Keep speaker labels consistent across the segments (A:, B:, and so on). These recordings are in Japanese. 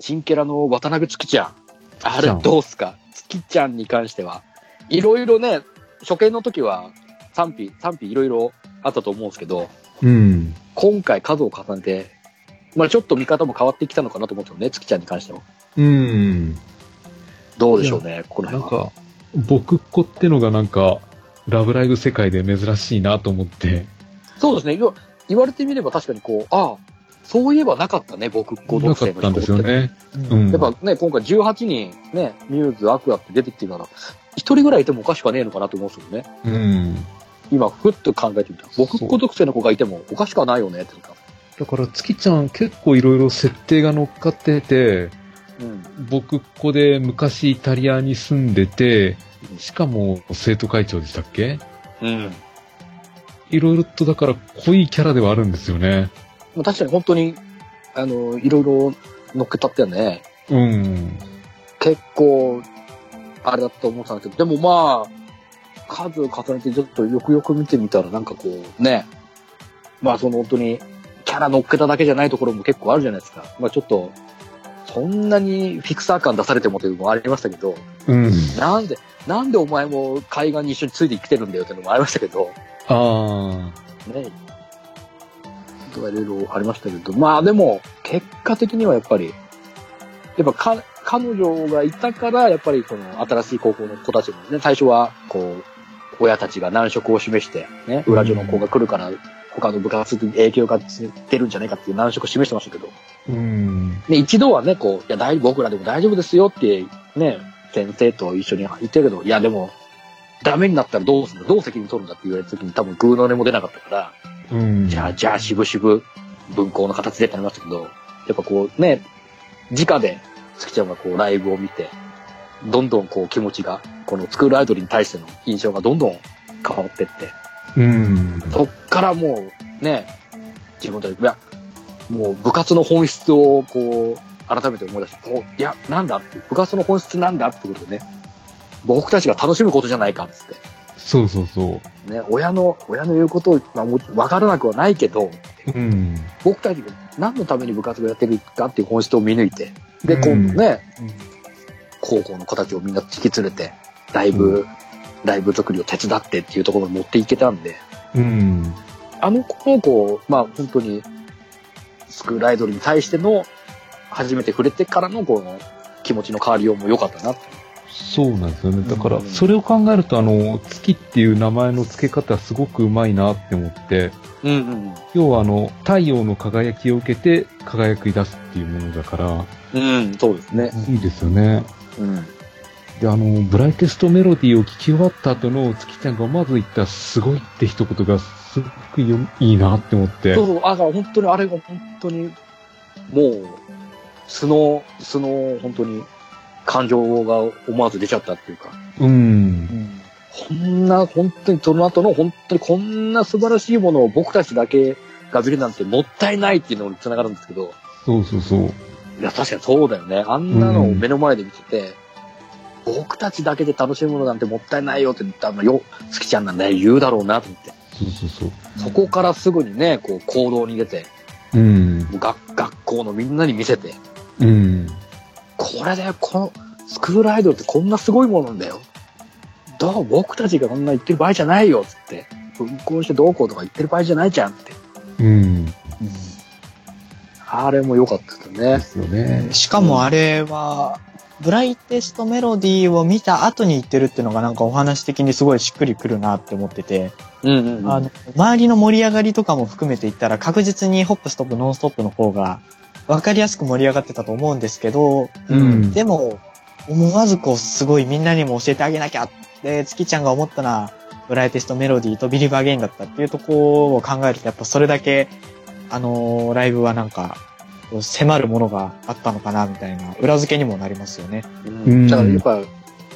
A: 新キャラの渡辺月ちゃん。あ
B: ち
A: れ
B: ゃん
A: どうっすか月ちゃんに関しては。いろいろね、初見の時は賛否、賛否いろいろあったと思うんですけど、
B: うん。
A: 今回数を重ねて、まあちょっと見方も変わってきたのかなと思うんですよね、月ちゃんに関しても。
B: うん。
A: どうでしょうね、この
B: なん
A: 辺は。
B: か、僕っ子ってのがなんか、ラブライブ世界で珍しいなと思って、
A: そうですね、いわ言われてみれば確かにこう、ああ、そういえばなかったね、僕、五
B: な
A: 独
B: か
A: 生
B: っ
A: の
B: たんですよ
A: って
B: ね。
C: う
B: うんん。
A: やっぱね、今回18人、ね、ミューズ、アクアって出てきてから、一人ぐらいいてもおかしくはねえのかなと思うんですよね。
B: うん。
A: 今、ふっと考えてみた。僕
B: そう
A: 孤独生の子がいてもおかしくはないよね、っていうか。
B: だから、月ちゃん結構いろいろ設定が乗っかってて、
A: うん。
B: 僕っ子で昔イタリアに住んでて、しかも生徒会長でしたっけ
A: うん。
B: いろいろとだから濃いキャラではあるんですよね。
A: まあ、確かに本当に、あの、いろいろ乗っけたってね、
B: うん。
A: 結構、あれだったと思ってたんですけど、でもまあ、数を重ねてちょっとよくよく見てみたら、なんかこう、ね、まあその本当に、キャラ乗っけただけじゃないところも結構あるじゃないですか。まあちょっと、そんなにフィクサー感出されてもというのもありましたけど、
B: うん。
A: なんで、なんでお前も海岸に一緒についてきてるんだよっていうのもありましたけど、
B: あ
A: ね。とかいろいろありましたけど、まあでも、結果的にはやっぱり、やっぱか、彼女がいたから、やっぱりその新しい高校の子たちもね、最初は、こう、親たちが難色を示して、ね、裏女の子が来るから、他の部活に影響が出るんじゃないかっていう難色を示してましたけど、
B: あ。うん。
A: ね、一度はね、こう、いや、大僕らでも大丈夫ですよって、ね、先生と一緒に言ってるけど、いや、でも、ダメになったらどうするんだどう責任取るんだって言われた時に多分グーの音も出なかったから、
B: うん。
A: じゃあ、じゃあ、しぶしぶ文校の形でってなりましたけど、やっぱこうね、直で、月ちゃんがこうライブを見て、どんどんこう気持ちが、このスクールアイドルに対しての印象がどんどん変わってって、
B: うん。
A: そっからもうね、自分たち、いや、もう部活の本質をこう、改めて思い出して、こう、いや、なんだって、部活の本質なんだってことでね、僕たちが楽しむことじゃないかっつって。
B: そうそうそ
A: ね、親の、親の言うことを、まあ、もちわからなくはないけど、
B: う。うん。
A: 僕たちが何のために部活をやってるかっていう本質を見抜いて、で、
B: うん
A: 今度ね、高校の子たちをみんな引き連れて、ライブ、ライブ作りを手伝ってっていうところに持っていけたんで、
B: うん。
A: あの高校、まあ本当に、スクールアイドルに対しての、初めて触れてからのこの気持ちの変わりようも良かったなって。
B: そうなんですよね。だか
C: う
B: ら、
C: ん
B: それを考えると、あの、月っていう名前の付け方すごくうまいなって思って、
A: うんうん。
B: 要はあの、太陽の輝きを受けて輝き出すっていうものだから、
A: うん、そうですね。
B: いいですよね。
A: うん。
B: で、あの、ブライテストメロディーを聴き終わった後の月ちゃんがまず言ったすごいって一言がすごくよいいなって思って。
A: そうそう、あ、だから本当にあれが本当に、もう、素の、素の本当に感情が思わず出ちゃったっていうか、
B: うん。
A: こんな本当にその後の本当にこんな素晴らしいものを僕たちだけが見るなんてもったいないっていうのに繋がるんですけど、
B: そうそうそう。
A: いや、確かにそうだよね。あんなのを目の前で見てて、僕たちだけで楽しむものなんてもったいないよって言ったのよ、好きちゃんなんだよ、言うだろうなと思って。
B: そうそうそう。
A: そこからすぐにね、こう行動に出て、
B: うん。
A: もう学学校のみんなに見せて、
B: うん。
A: これでこのスクールアイドルってこんなすごいものなんだよ。どう僕たちがこんな言ってる場合じゃないよっつって。分校してどうこうとか言ってる場合じゃないじゃんって。
B: うん。
A: あれも良かったです
B: で
A: ね。
B: すよね。
C: しかもあれは、ブライテストメロディーを見た後に言ってるっていうのがなんかお話的にすごいしっくりくるなって思ってて、
A: うんうんうん
C: あの、周りの盛り上がりとかも含めて言ったら確実にホップストップノンストップの方が分かりやすく盛り上がってたと思うんですけど、
B: うん。
C: でも、思わずこうすごいみんなにも教えてあげなきゃって、月ちゃんが思ったのは、ブライテストメロディーとビリバーゲインだったっていうところを考えると、やっぱそれだけ、あのーライブはなんか、こう迫るものがあったのかな、みたいな、裏付けにもなりますよね。
A: うんだからやっぱ、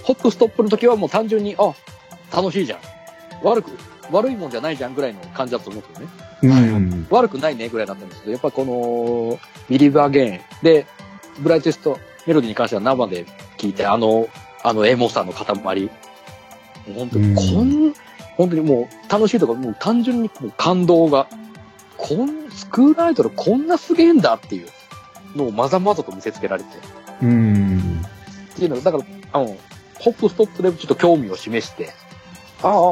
A: ホップストップの時はもう単純に、あ、楽しいじゃん。悪く、悪いもんじゃないじゃんぐらいの感じだと思うんですよね。
B: うん。
A: 悪くないねぐらいだったんですけど、やっぱこの、ビリバーゲインで、ブライテストメロディーに関しては生で聞いて、あの、あのエモさの塊。もう本当
B: う
A: に、
B: ん
A: こん、本当にもう楽しいとか、もう単純にもう感動が、こん、スクールアイドルこんなすげえんだっていう。のをまざまざと見せつけられて。っ
B: うん。
A: ていうのが、だから、あの、ホップストップでちょっと興味を示して、ああ、ああ、ああ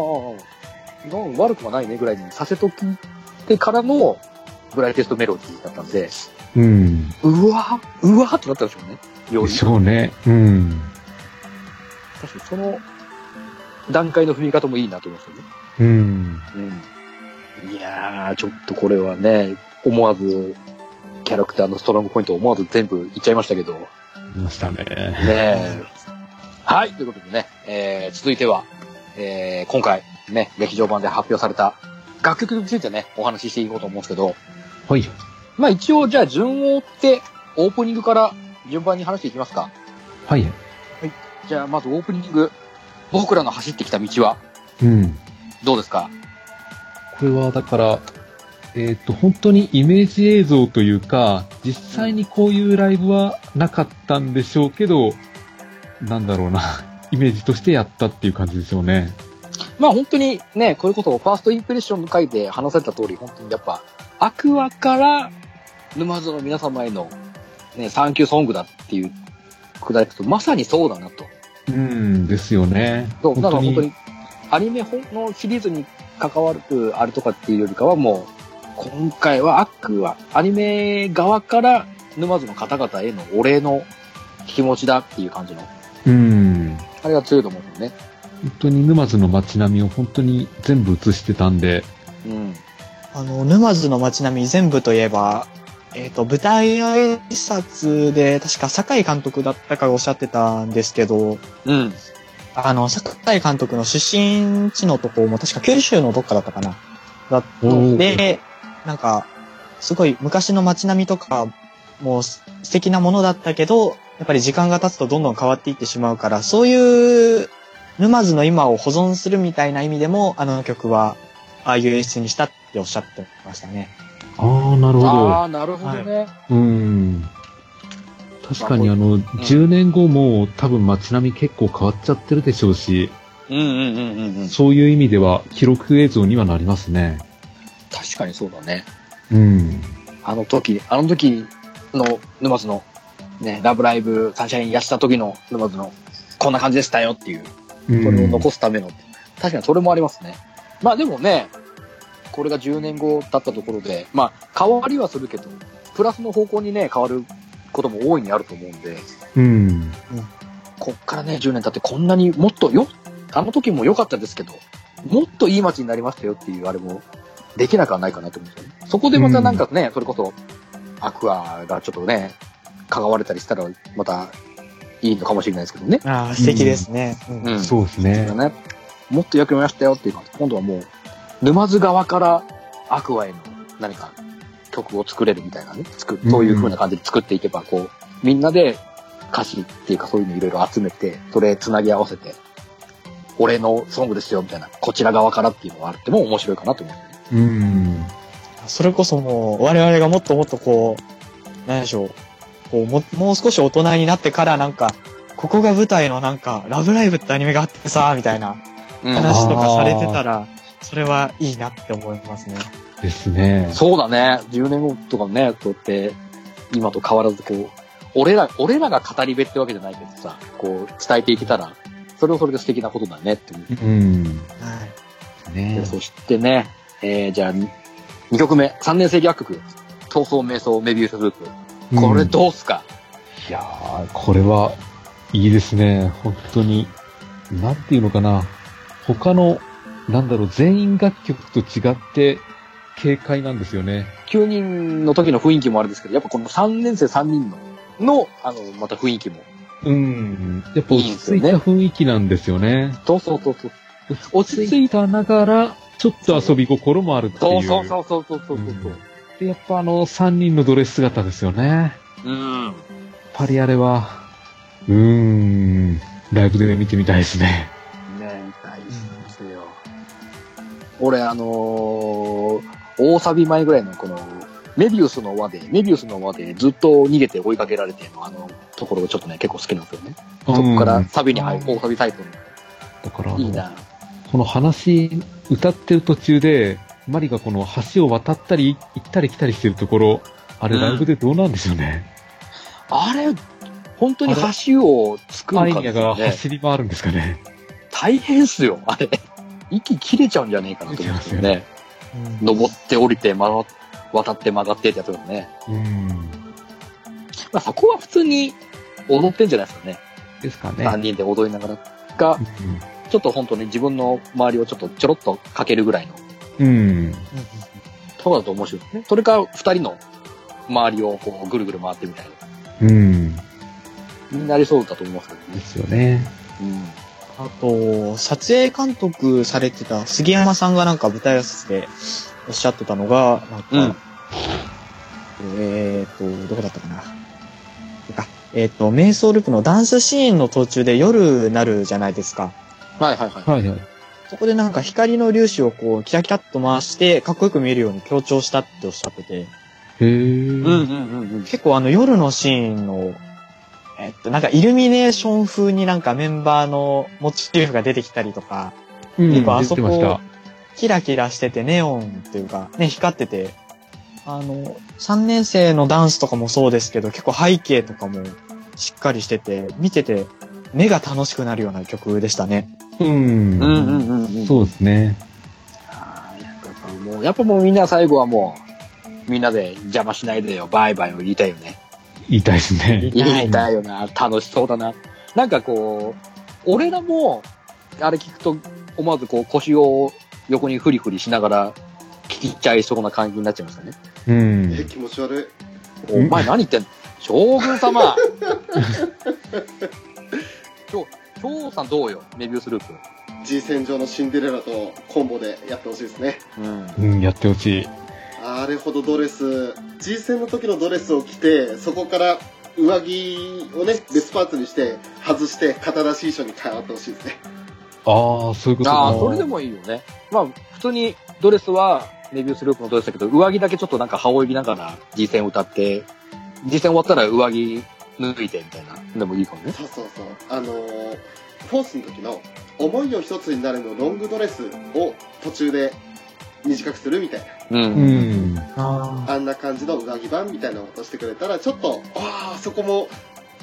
A: うん、悪くはないねぐらいにさせときてからの、ブライテストメロディーだったんで、
B: うん。
A: うわうわーってなったんでしょうね。よ
B: で
A: り
B: し。ょうね。うん。
A: 確かにその段階の踏み方もいいなと思いましたね。
B: うん。
A: うん。いやー、ちょっとこれはね、思わず、キャラクターのストロングポイントを思わず全部いっちゃいましたけど、ね
B: いましたね。
A: え。はい、ということでね、えー、続いては、えー、今回、ね、劇場版で発表された楽曲についてね、お話ししていこうと思うんですけど、
B: はい。
A: まあ一応、じゃあ順を追って、オープニングから順番に話していきますか。
B: はい。
A: じゃあまずオープニング、僕らの走ってきた道は、
B: うん。
A: どうですか
B: これはだから、えっ、と、本当にイメージ映像というか、実際にこういうライブはなかったんでしょうけど、なんだろうな、 イメージとしてやったっていう感じですよね。
A: まあ本当にね、こういうことをファーストインプレッションの回で話された通り、本当にやっぱ、アクアから沼津の皆様への、ね、サンキューソングだっていうくだりだと、まさにそうだなと。
B: うん、ですよね。
A: そう、だから本当に、アニメ本のシリーズに関わるあれとかっていうよりかはもう、今回はアクア、アニメ側から沼津の方々へのお礼の気持ちだっていう感じの、
B: うん。
A: あれが強いと思うんだよね。
B: 本当に沼津の街並みを本当に全部映してたんで、
A: うん。
C: あの、沼津の街並み全部といえば、えっ、と、舞台挨拶で、確か酒井監督だったかおっしゃってたんですけど、
A: うん。
C: あの、酒井監督の出身地のとこも確か九州のどっかだったかな。だった
B: お
C: の
B: ー
C: で、なんか、すごい昔の街並みとかもす素敵なものだったけど、やっぱり時間が経つとどんどん変わっていってしまうから、そういう沼津の今を保存するみたいな意味でも、あの曲は、ああいう演出にしたっておっしゃってましたね。
B: ああ、なる
A: ああ、なるほどね。
B: うん。確かに
A: ま
B: あ
A: あ
B: の、10年後も多分街並み結構変わっちゃってるでしょうし、
A: うんうんうんうんうん。
B: そういう意味では記録映像にはなりますね。
A: 確かにそうだね。
B: うん。
A: あの時、あの時の沼津の、ね、ラブライブ、サンシャインやした時の沼津の、こんな感じでしたよっていう、
B: うん
A: これを残すための、確かにそれもありますね。まあでもね、これが10年後だったところで、まあ変わりはするけど、プラスの方向にね、変わることも大いにあると思うんで、
B: うん。
A: こっからね、10年経ってこんなにもっとよ、あの時も良かったですけど、もっといい街になりましたよっていうあれもできなくはないかなと思うんですよね。そこでまたなんかね、それこそ、アクアがちょっとね、関われたりしたらまたいいのかもしれないですけどね。
C: ああ、素敵ですね。うん
A: うん。
B: そうですね。
A: ね。もっと良くなりましたよっていう感じ。今度はもう、沼津側からアクアへの何か曲を作れるみたいなね、作るそういう風な感じで作っていけば、こう、みんなで歌詞っていうかそういうのいろいろ集めて、それ繋ぎ合わせて、俺のソングですよみたいな、こちら側からっていうのがあるっても面白いかなと思う。
B: うん。
C: それこそもう、我々がもっともっとこう、何でしょう、こうも、もう少し大人になってからなんか、ここが舞台のなんか、ラブライブってアニメがあってさ、みたいな
A: うん
C: 話とかされてたら、それはいいなって思いますね。
B: ですね。
A: そうだね。10年後とかね、そうやって、今と変わらずこう、俺ら、俺らが語り部ってわけじゃないけどさ、こう、伝えていけたら、それはそれで素敵なことだねって思う。
B: うん。
C: はい。
B: ね
A: そしてね、えー、じゃあ、2曲目、3年生楽曲、闘争瞑想メビウスフープ。これ
B: うん
A: どうっすか、
B: いやー、これは、いいですね。本当に。なんていうのかな。他の、なんだろう、全員楽曲と違って、軽快なんですよね。
A: ?9 人の時の雰囲気もあれですけど、やっぱこの3年生3人の、の、あの、また雰囲気も。
B: うん。やっぱ落
A: い
B: ち着
A: い
B: い
A: です
B: た
A: よ
B: 雰囲気なんですよね。
A: そうそうそうそう。落ち
B: 落
A: 着
B: ち
A: い
B: 着いたながら、ちょっと遊び心もあるっていう。
A: そうそうそうそうそうそうそう。
B: で、やっぱあの、三人のドレス姿ですよね。
A: うん。
B: パリあれは、うーん、ライブで見てみたいですね。
A: ねみたいですよ。俺、あのー大サビ前ぐらいのこの、メビウスの輪で、メビウスの輪でずっと逃げて追いかけられてのあのところがちょっとね、結構好きなんですよね。
B: うん
A: そこから
B: だ
A: サビに入る、
C: うん
A: 大サビタイト
B: からあの
A: ル。いいな。
B: この話、歌ってる途中で、マリがこの橋を渡ったり、行ったり来たりしてるところ、あれ
A: うん
B: ライブでどうなんでしょうね。
A: あれ、本当に橋を作
B: ア
A: る
B: イ
A: か
B: ニ
A: で
B: ャ
A: すよ
B: が
A: ね。
B: 走り回るんですかね。
A: 大変っすよ、あれ。息切れちゃうんじゃねえかなと思うんですよね。
C: うん
A: 登って降りて、まわ、渡って曲がってってやつもね。
B: うん。
A: まあそこは普通に踊ってんじゃないですかね。
B: ですかね。
A: 3人で踊りながら。が、ちょっと本当に自分の周りをちょっとちょろっとかけるぐらいの。
B: うん。うん。
C: うん
A: ところだと面白いですね。それから2人の周りをこうぐるぐる回ってみたい
B: うん。
A: な。になりそうだと思いますけど
B: で
A: ね。
B: すよね。
A: うん。
C: あと、撮影監督されてた杉山さんがなんか舞台挨拶でおっしゃってたのが、なんか、
A: うん
C: えーっと、どこだったかな。あえーっと、瞑想ループのダンスシーンの途中で夜なるじゃないですか。
A: はいはいはい。
B: はいはい。
C: そこでなんか光の粒子をこう、キラキラっと回して、かっこよく見えるように強調したっておっしゃってて、
B: へえ。
A: うんうん
B: う
A: うんうん。
C: 結構あの夜のシーンの、えっと、なんかイルミネーション風になんかメンバーのモチーフが出てきたりとか、
B: ん。
C: 結構あ
B: 出
C: そ
B: て
C: こ
B: ました。
C: キラキラしててネオンっていうか、ね、光ってて、あの、3年生のダンスとかもそうですけど、結構背景とかもしっかりしてて、見てて、目が楽しくなるような曲でしたね。
B: うん。
A: うんうんうんうん。
B: そうですね。
A: あーやっぱもう、やっぱもうみんな最後はもう、みんなで邪魔しないでよ、バイバイを言いたいよね。
B: 言いたいですね。
C: 言いたい
A: 言いたいよな、楽しそうだな。なんかこう、俺らも、あれ聞くと、思わずこう腰を横にフリフリしながら、聞き入っちゃいそうな感じになっちゃいましたね。
B: うん。
D: え、気持ち悪い。
A: お前何言ってんの将軍 様今日、今日さんどうよメビウスループ。
D: G 戦場のシンデレラとコンボでやってほしいですね。
A: うん。
B: うん、やってほしい。
D: あれほどドレス、G 戦の時のドレスを着て、そこから上着をね、別パーツにして、外して、肩出し衣装に変わってほしいですね。
B: ああ、そういうこと
A: あ
B: か
A: あ、それでもいいよね。まあ、普通にドレスは、メビウスループのドレスだけど、上着だけちょっとなんか羽織りながら、G 戦歌って、G 戦終わったら上着脱いでみたいな。でもいいかもね。
D: そうそうそう。あのー、フォースの時の、思いを一つになるのロングドレスを途中で短くするみたいな。
A: う。
B: うんん。
C: あ
D: あんな感じの上着版みたいなことしてくれたら、ちょっと、ああ、そこも、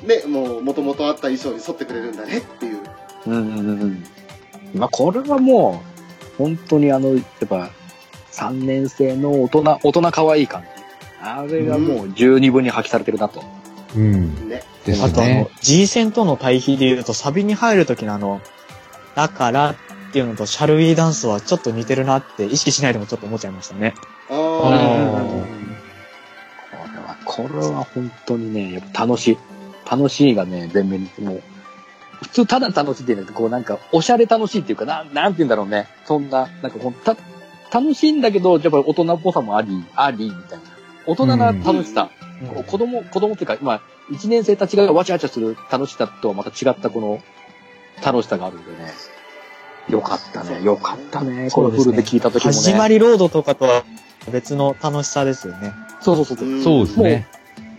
D: ね、もう、もともとあった衣装に沿ってくれるんだねっていう。
A: うんうんうんうん。まあ、これはもう、本当にあの、やっぱ、3年生の大人、大人可愛い感じ。あれがもう十二分に破棄されてるなと。
B: うん。
D: ね。
B: です
C: あとあ
B: ね
C: の。、G 戦との対比で言うと、サビに入る時のあの、だからっていうのと、シャルウィーダンスはちょっと似てるなって、意識しないでもちょっと思っちゃいましたね。
A: これ
B: あ
D: あ
A: は、これは本当にね、やっぱ楽しい。楽しいがね、全面に、もう、普通ただ楽しいっていうのはこうなんか、おしゃれ楽しいっていうか、なん、なんて言うんだろうね。そんな、なんかこう、た、楽しいんだけど、やっぱり大人っぽさもあり、あり、みたいな。大人な楽しさ。こう子供、子供っていうか、まあ、一年生たちがわちゃわちゃする楽しさとはまた違ったこの、楽しさがあるんでね。よかったね、よかったね。このフルで聞いた時もね。
C: 始まりロードとかとは別の楽しさですよね。
A: そうそうそうそう。
D: ー。
B: そうですね。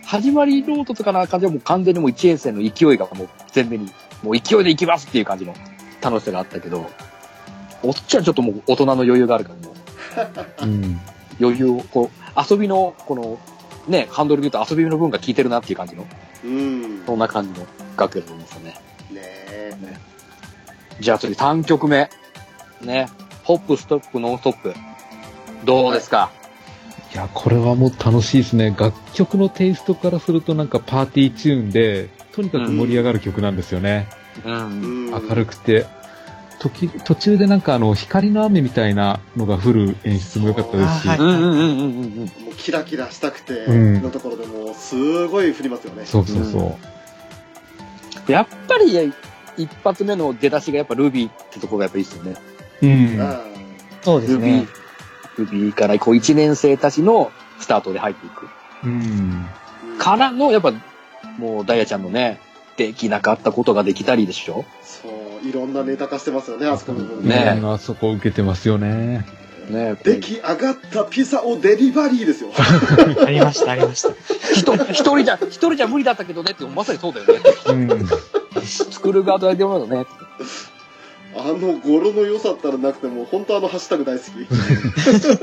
A: 始まりロードとかな感じはもう完全にもう1年生の勢いがもう全面に、もう勢いで行きますっていう感じの楽しさがあったけど、おっちゃんちょっともう大人の余裕があるからもう
B: うん。
A: 余裕を、こう、遊びの、この、ね、ハンドルで言うと遊びの分が効いてるなっていう感じの、
D: うん。ね
A: そんな感じの楽曲だと思いましたね。
D: え。
A: じゃあ次3曲目。ね。ホップ、ストップ、ノンストップ。どうですか、
B: いや、これはもう楽しいですね。楽曲のテイストからするとなんかパーティーチューンで、とにかく盛り上がる曲なんですよね。
A: うん。
B: 明るくて。時途中でなんかあの、光の雨みたいなのが降る演出も良かったですし、
C: あはい
A: うんうんうんうんうんうん。
D: もうキラキラしたくて
B: うん
D: のところでもうすごい降りますよね。
B: そうそうそう。
A: やっぱり、一発目の出だしがやっぱルビーってとこがやっぱいいですよね。
B: うん。
D: あ
C: そうで
A: ル
C: す
A: ビー
C: ね。、
A: ルビーからこう1年生たちのスタートで入っていく。
B: うん。
D: ー
A: からの、やっぱ、もうダイヤちゃんのね、できなかったことができたりでしょ
D: そういろんなネタ化してますよねあそこの部分
A: ね
B: うんあそこ受けてますよね。
A: ね
D: 出来上がったピザをデリバリーです よ
C: ありました、ありました。
A: 人一人じゃ、一人じゃ無理だったけどねって、まさにそうだよね。
B: うん。
A: 作る側とやってもらうのね。
D: あ の語呂の良さったらなくてもう本当あのハッシュタグ大好き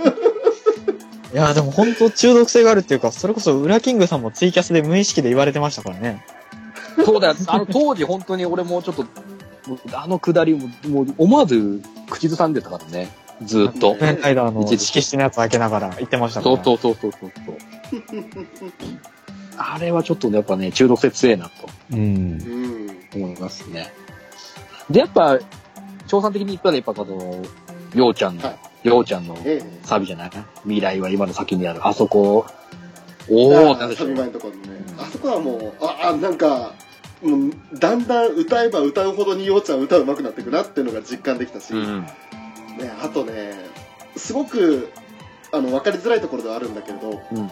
C: いや、でも本当中毒性があるっていうか、それこそ、ウラキングさんもツイキャスで無意識で言われてましたからね。
A: そうだよ。あの当時本当に俺もちょっと、もうあのくだりも、もう思わず口ずさんでたからね。ずーっと。
C: ベンライダーの
A: 一時
C: 色紙のやつ開けながら言ってましたか
A: そう
C: ら。
A: そうそうそう そうそう。あれはちょっとねやっぱね、中毒性強えなと
B: うん。
D: うん。
A: 思いますね。で、やっぱ、調査的に言ったらやっぱその、りょうちゃん
D: は
A: の
D: い、
A: りょうちゃんの
D: え
A: サビじゃない未来は今の先にある。あそこ、
D: え。
A: おー、なん
D: あ
A: でし
D: サ
A: ょ
D: ビ
A: う。
D: 前のところね。あそこはもう、あ、あ、なんか、もう、だんだん歌えば歌うほどにようちゃん歌うまくなっていくなっていうのが実感できたし、
A: うん。
D: ね、あとね、すごく、あの、わかりづらいところではあるんだけれど、
A: うん。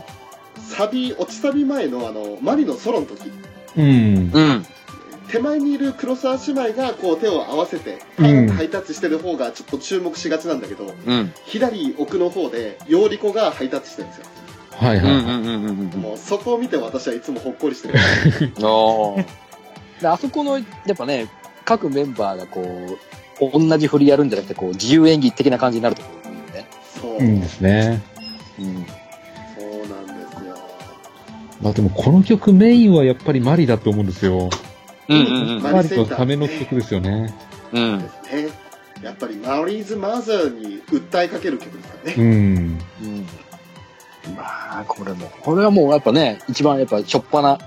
D: サビ、落ちサビ前のあの、マリのソロの時、
B: うん。
A: うん。
D: 手前にいる黒沢姉妹がこう手を合わせて、
B: うん
D: ハイタッチしてる方がちょっと注目しがちなんだけど、
A: うん。
D: 左奥の方で、ヨーリコがハイタッチしてるんですよ。
B: はい
A: うん。
B: は
A: う
B: い。
A: ん。うん。うん。うん。
D: もうそこを見て私はいつもほっこりして る。
A: ああ。であそこの、やっぱね、各メンバーがこう、同じ振りやるんじゃなくて、こう、自由演技的な感じになるところですね。
D: そう、
B: うんですね。
A: うん。
D: そうなんですよ。
B: まあでもこの曲メインはやっぱりマリだと思うんですよ。
D: うんマ
B: マリ
D: リセン
B: の
D: ター
B: ための曲ですよね。
A: うん。うん。
D: ですね。やっぱりマリーズ・マザーに訴えかける曲ですからね。
B: うん。
A: うん。まあ、これも、これはもうやっぱね、一番やっぱ、しょっぱな、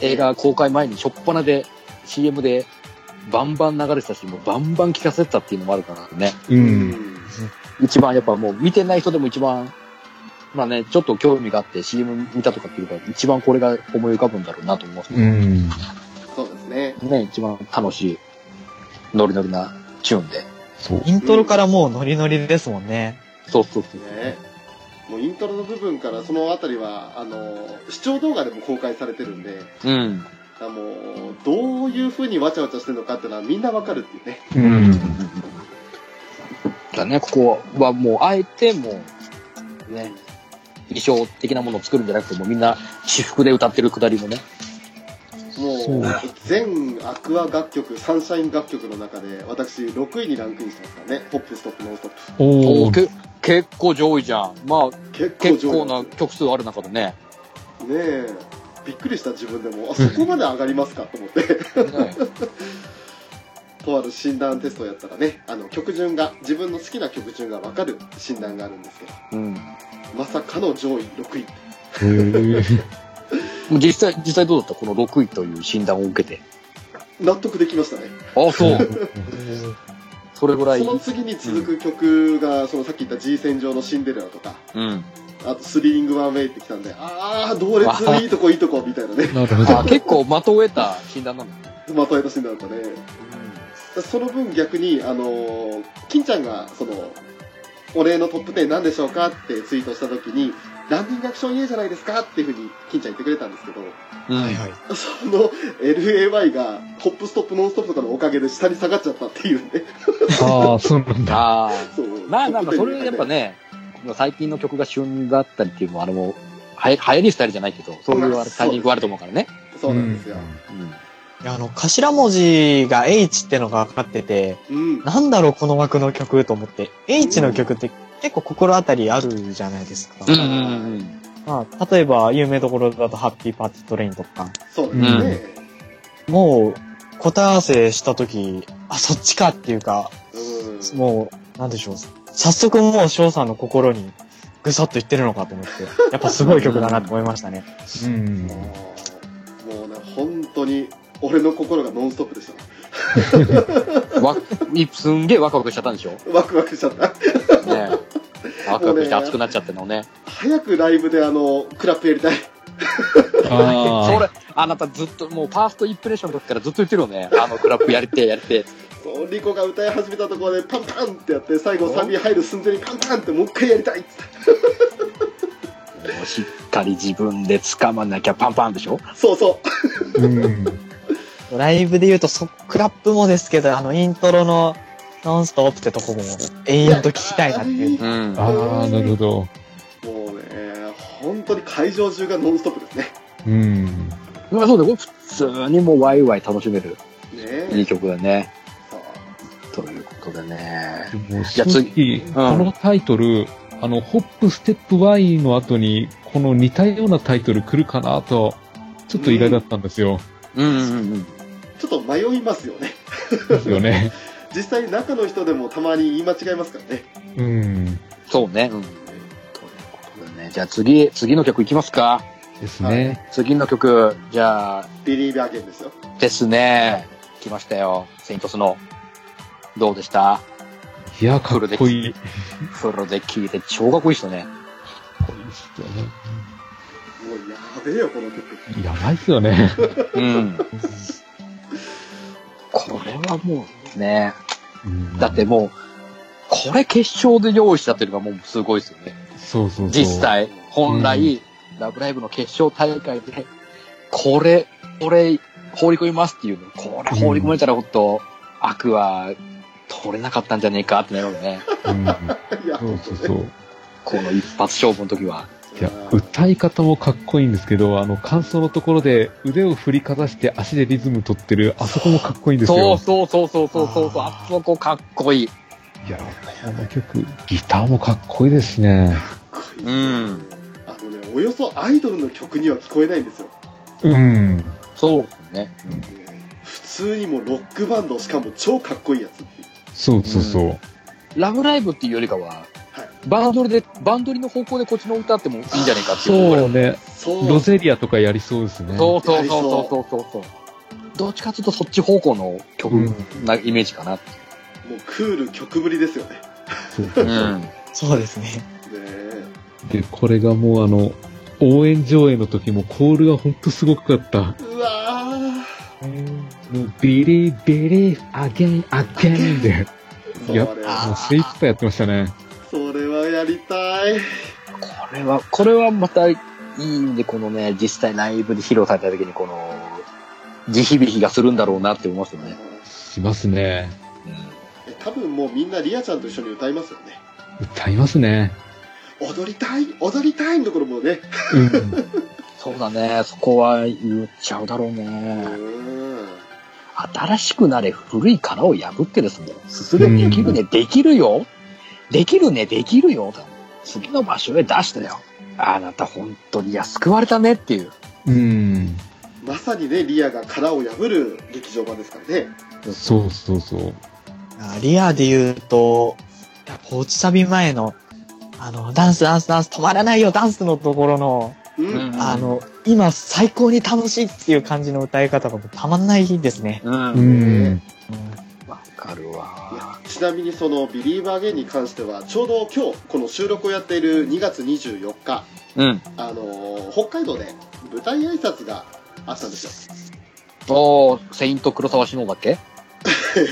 A: 映画公開前にしょっぱなで、CM で、バンバン流れてたし、もうバンバン聴かせてたっていうのもあるからね。
B: う。
D: うん
A: 一番やっぱもう見てない人でも一番、まあね、ちょっと興味があって CM 見たとかっていうか、一番これが思い浮かぶんだろうなと思うんですけど
B: うん。
D: そうですね。
A: ね、一番楽しい、ノリノリなチューンで。
B: そう。
C: イントロからもうノリノリですもんね。
A: そうそうそう。
D: ねもうイントロの部分からそのあたりは、あの、視聴動画でも公開されてるんで、
A: うん。
D: あの、どういう風にわちゃわちゃしてるのかっていうのはみんなわかるっていうね。
B: うん。
A: だね、ここはもう、あえてもう、ね、衣装的なものを作るんじゃなくて、もうみんな私服で歌ってるくだりもね。
D: もう、全アクア楽曲、サンシャイン楽曲の中で、私6位にランクインしてますからね。ホップ、ストップ、ノンストップ。
B: おー。
A: け結構上位じゃん。まあ、
D: 結構
A: 結
D: 上位
A: 構
D: なん
A: な
D: です
A: 曲数ある中でね。
D: よねえ。びっくりした自分でも、あ、そこまで上がりますかと思って。
A: ね
D: とある診断テストをやったらね、あの、曲順が、自分の好きな曲順がわかる診断があるんですけど、
A: うん。
D: まさかの上位6位。
B: へー
A: 実際、実際どうだったこの6位という診断を受けて。
D: 納得できましたね。
A: あ、そう。 それぐらい。
D: その次に続く曲が、そのさっき言った G 戦上のシンデレラとか、
A: うん。
D: あとスリリングワンウェイってきたんで、あー、同列いいとこいいとこみたいなね、
B: なるほ
A: あ
B: ど。
A: 結構的を得た診断なの。
D: まとえたシーンだったね。その分逆に、あのー金ちゃんが、その、お礼のトップ10何でしょうかってツイートした時に、ランディングアクション家じゃないですかっていうふうに金ちゃん言ってくれたんですけど、
A: うん。
C: はいはい。
D: その LAY が、ホップストップノンストップとかのおかげで下に下がっちゃったっていうね。
B: ああ、そうなんだ。
A: ああ。
D: そう
A: まあなんかそれはやっぱ。ね、最近の曲が旬だったりっていうのは、あれも、はや流行りスタイルじゃないけど、そういうあれタイミングはあると思うからね。
D: そうなんですよ。
C: いや、あの、頭文字が H ってのが分かってて、
D: うん。
C: なんだろう、この枠の曲と思って。H の曲って結構心当たりあるじゃないですか。
A: うんんうんうん
C: まあ、例えば、有名どころだと、ハッピーパーティートレインとか、
D: そうなんですね。
C: もう、答え合わせした時あ、そっちかっていうか、
D: うん。
C: もう、なんでしょう。早速もう翔さんの心にぐさっといってるのかと思って、やっぱすごい曲だなと思いましたね。
B: うん。
D: もうもうね、本当に、俺の心がノンストップでしたね。
A: うん。わ、いすんげえワクワクしちゃったんでしょね
D: ワクワクしちゃった。
A: ワクワクして熱くなっちゃってんのね。
D: 早くライブであの、クラップやりたい。
B: あ
A: そ
B: あ。
A: れ、あなたずっと、もうファーストインプレッションの時からずっと言ってるよね。あのクラップやりてえ、やりてえ。
D: そうリコが歌い始めたところでパンパンってやって、最後サビ入る寸前にパンパンってもう一回やりたいっつって
A: もうしっかり自分で掴まなきゃパンパンでしょ
D: そうそ
B: うん。
C: ライブで言うと、そ、クラップもですけど、あの、イントロの、ノンストップってとこも、永遠と聞きたいなっていう。
A: ん
B: ああ、なるほど。
D: う。もうね、本当に会場中がノンストップですね。
B: うん。
A: まあそうだよ。普通にもうワイワイ楽しめる。
D: ね
A: い
D: え
A: い。曲だね。
D: そう
A: ということでね。
B: でも
A: じゃあ次
B: 正直、このタイトル、あの、ホップ、ステップ、ワインの後に、この似たようなタイトル来るかなとは、ちょっと意外だったんですよ。
A: うんうんうん。
D: ちょっと迷いますよね。
B: ですよね。
D: 実際中の人でもたまに言い間違えますからね。
B: うん。
A: そうね。うん。ということでね。じゃあ次、次の曲いきますか。
B: ですね。
A: 次の曲、じゃあ、
D: ビリーバーゲンですよ。
A: ですね。来ましたよ。セイントスノー。どうでした
B: いや、かっこいい。いい
A: フルで聴いて超かっこいいっすよね。
B: ですよね。
D: もうやべえよ、この曲。
B: やばいっすよね。
A: うん。これはもうね、
B: うん
A: だって、もう、これ決勝で用意しちゃってるのがもうすごいですよね。
B: そうそうそう。
A: 実。際、本来、ラブライブの決勝大会で、これ、これ、放り込みますっていうの、これ放り込めたらほんと、アクは取れなかったんじゃねえかってなるよね。
B: うん。
D: いや、
B: そうそうそう。
A: この一発勝負の時は。
B: いや、歌い方もかっこいいんですけど、あの、感想のところで腕を振りかざして足でリズム取ってる、あそこもかっこいいんです
A: そう
B: よ。
A: そうそうそうそうそうそう、
C: あ
A: あ
C: ー
A: そこかっこいい。
B: いや、この曲、ギターもかっこいいですね。
D: かっこいい
A: うん。
D: あのね、およそアイドルの曲には聞こえないんですよ。
B: うん。
A: そうね。
D: 普通にもうロックバンド、しかも超かっこいいやつっていう。
B: そうそうそう。
A: ラブライブっていうよりかは、バンドリで、バンドリの方向でこっちの歌ってもいいんじゃないかっていう。
B: そうね。
D: そう。
B: ロゼリアとかやりそうですね。
A: そうそうそうそうそうそう。どっちかっていうとそっち方向の曲
B: うん
A: なイメージかな。
D: もうクール曲ぶりですよね。ね
B: そうそうそう。
C: そうですね。
D: え
B: で、これがもうあの、応援上映の時もコールがほんとすごかった。
D: うわー
B: もうビリービリー、アゲン、アゲンで、
D: それ
B: や
C: あ
B: もう精一杯やってましたね。
D: それはやりたい。
A: これは、これはまたいいんで、このね、実際ライブで披露された時にこの、地響きがするんだろうなって思いますよね。
B: しますね。
D: え多分もうみんなリアちゃんと一緒に歌いますよね。
B: 歌いますね。
D: 踊りたい踊りたいのところもね。
B: うん。
A: そうだね、そこは言っちゃうだろう
D: う
A: ね。
D: ん。
A: 新しくなれ、古い殻を破ってですね、進めできるね、できるよ。できるね、できるよ。次の場所へ出してよ。あなた本当に、いや、救われたねっていう。
B: うん。
D: まさにね、リアが殻を破る劇場版ですからね。
B: そうそうそう。
C: あリアで言うと、やっぱ落ちサビ前の、あの、ダンスダンスダンス止まらないよダンスのところの、
D: うん。
C: あの、今最高に楽しいっていう感じの歌い方がもうたまんないですね。
A: うん、
B: う
A: うん。
B: ん。
A: わかるわ。
D: ちなみにそのビリーバーゲンに関しては、ちょうど今日、この収録をやっている2月24日、
A: うん。
D: あのー北海道で舞台挨拶があったんですよ。
A: おー、セイント黒沢忍だっけ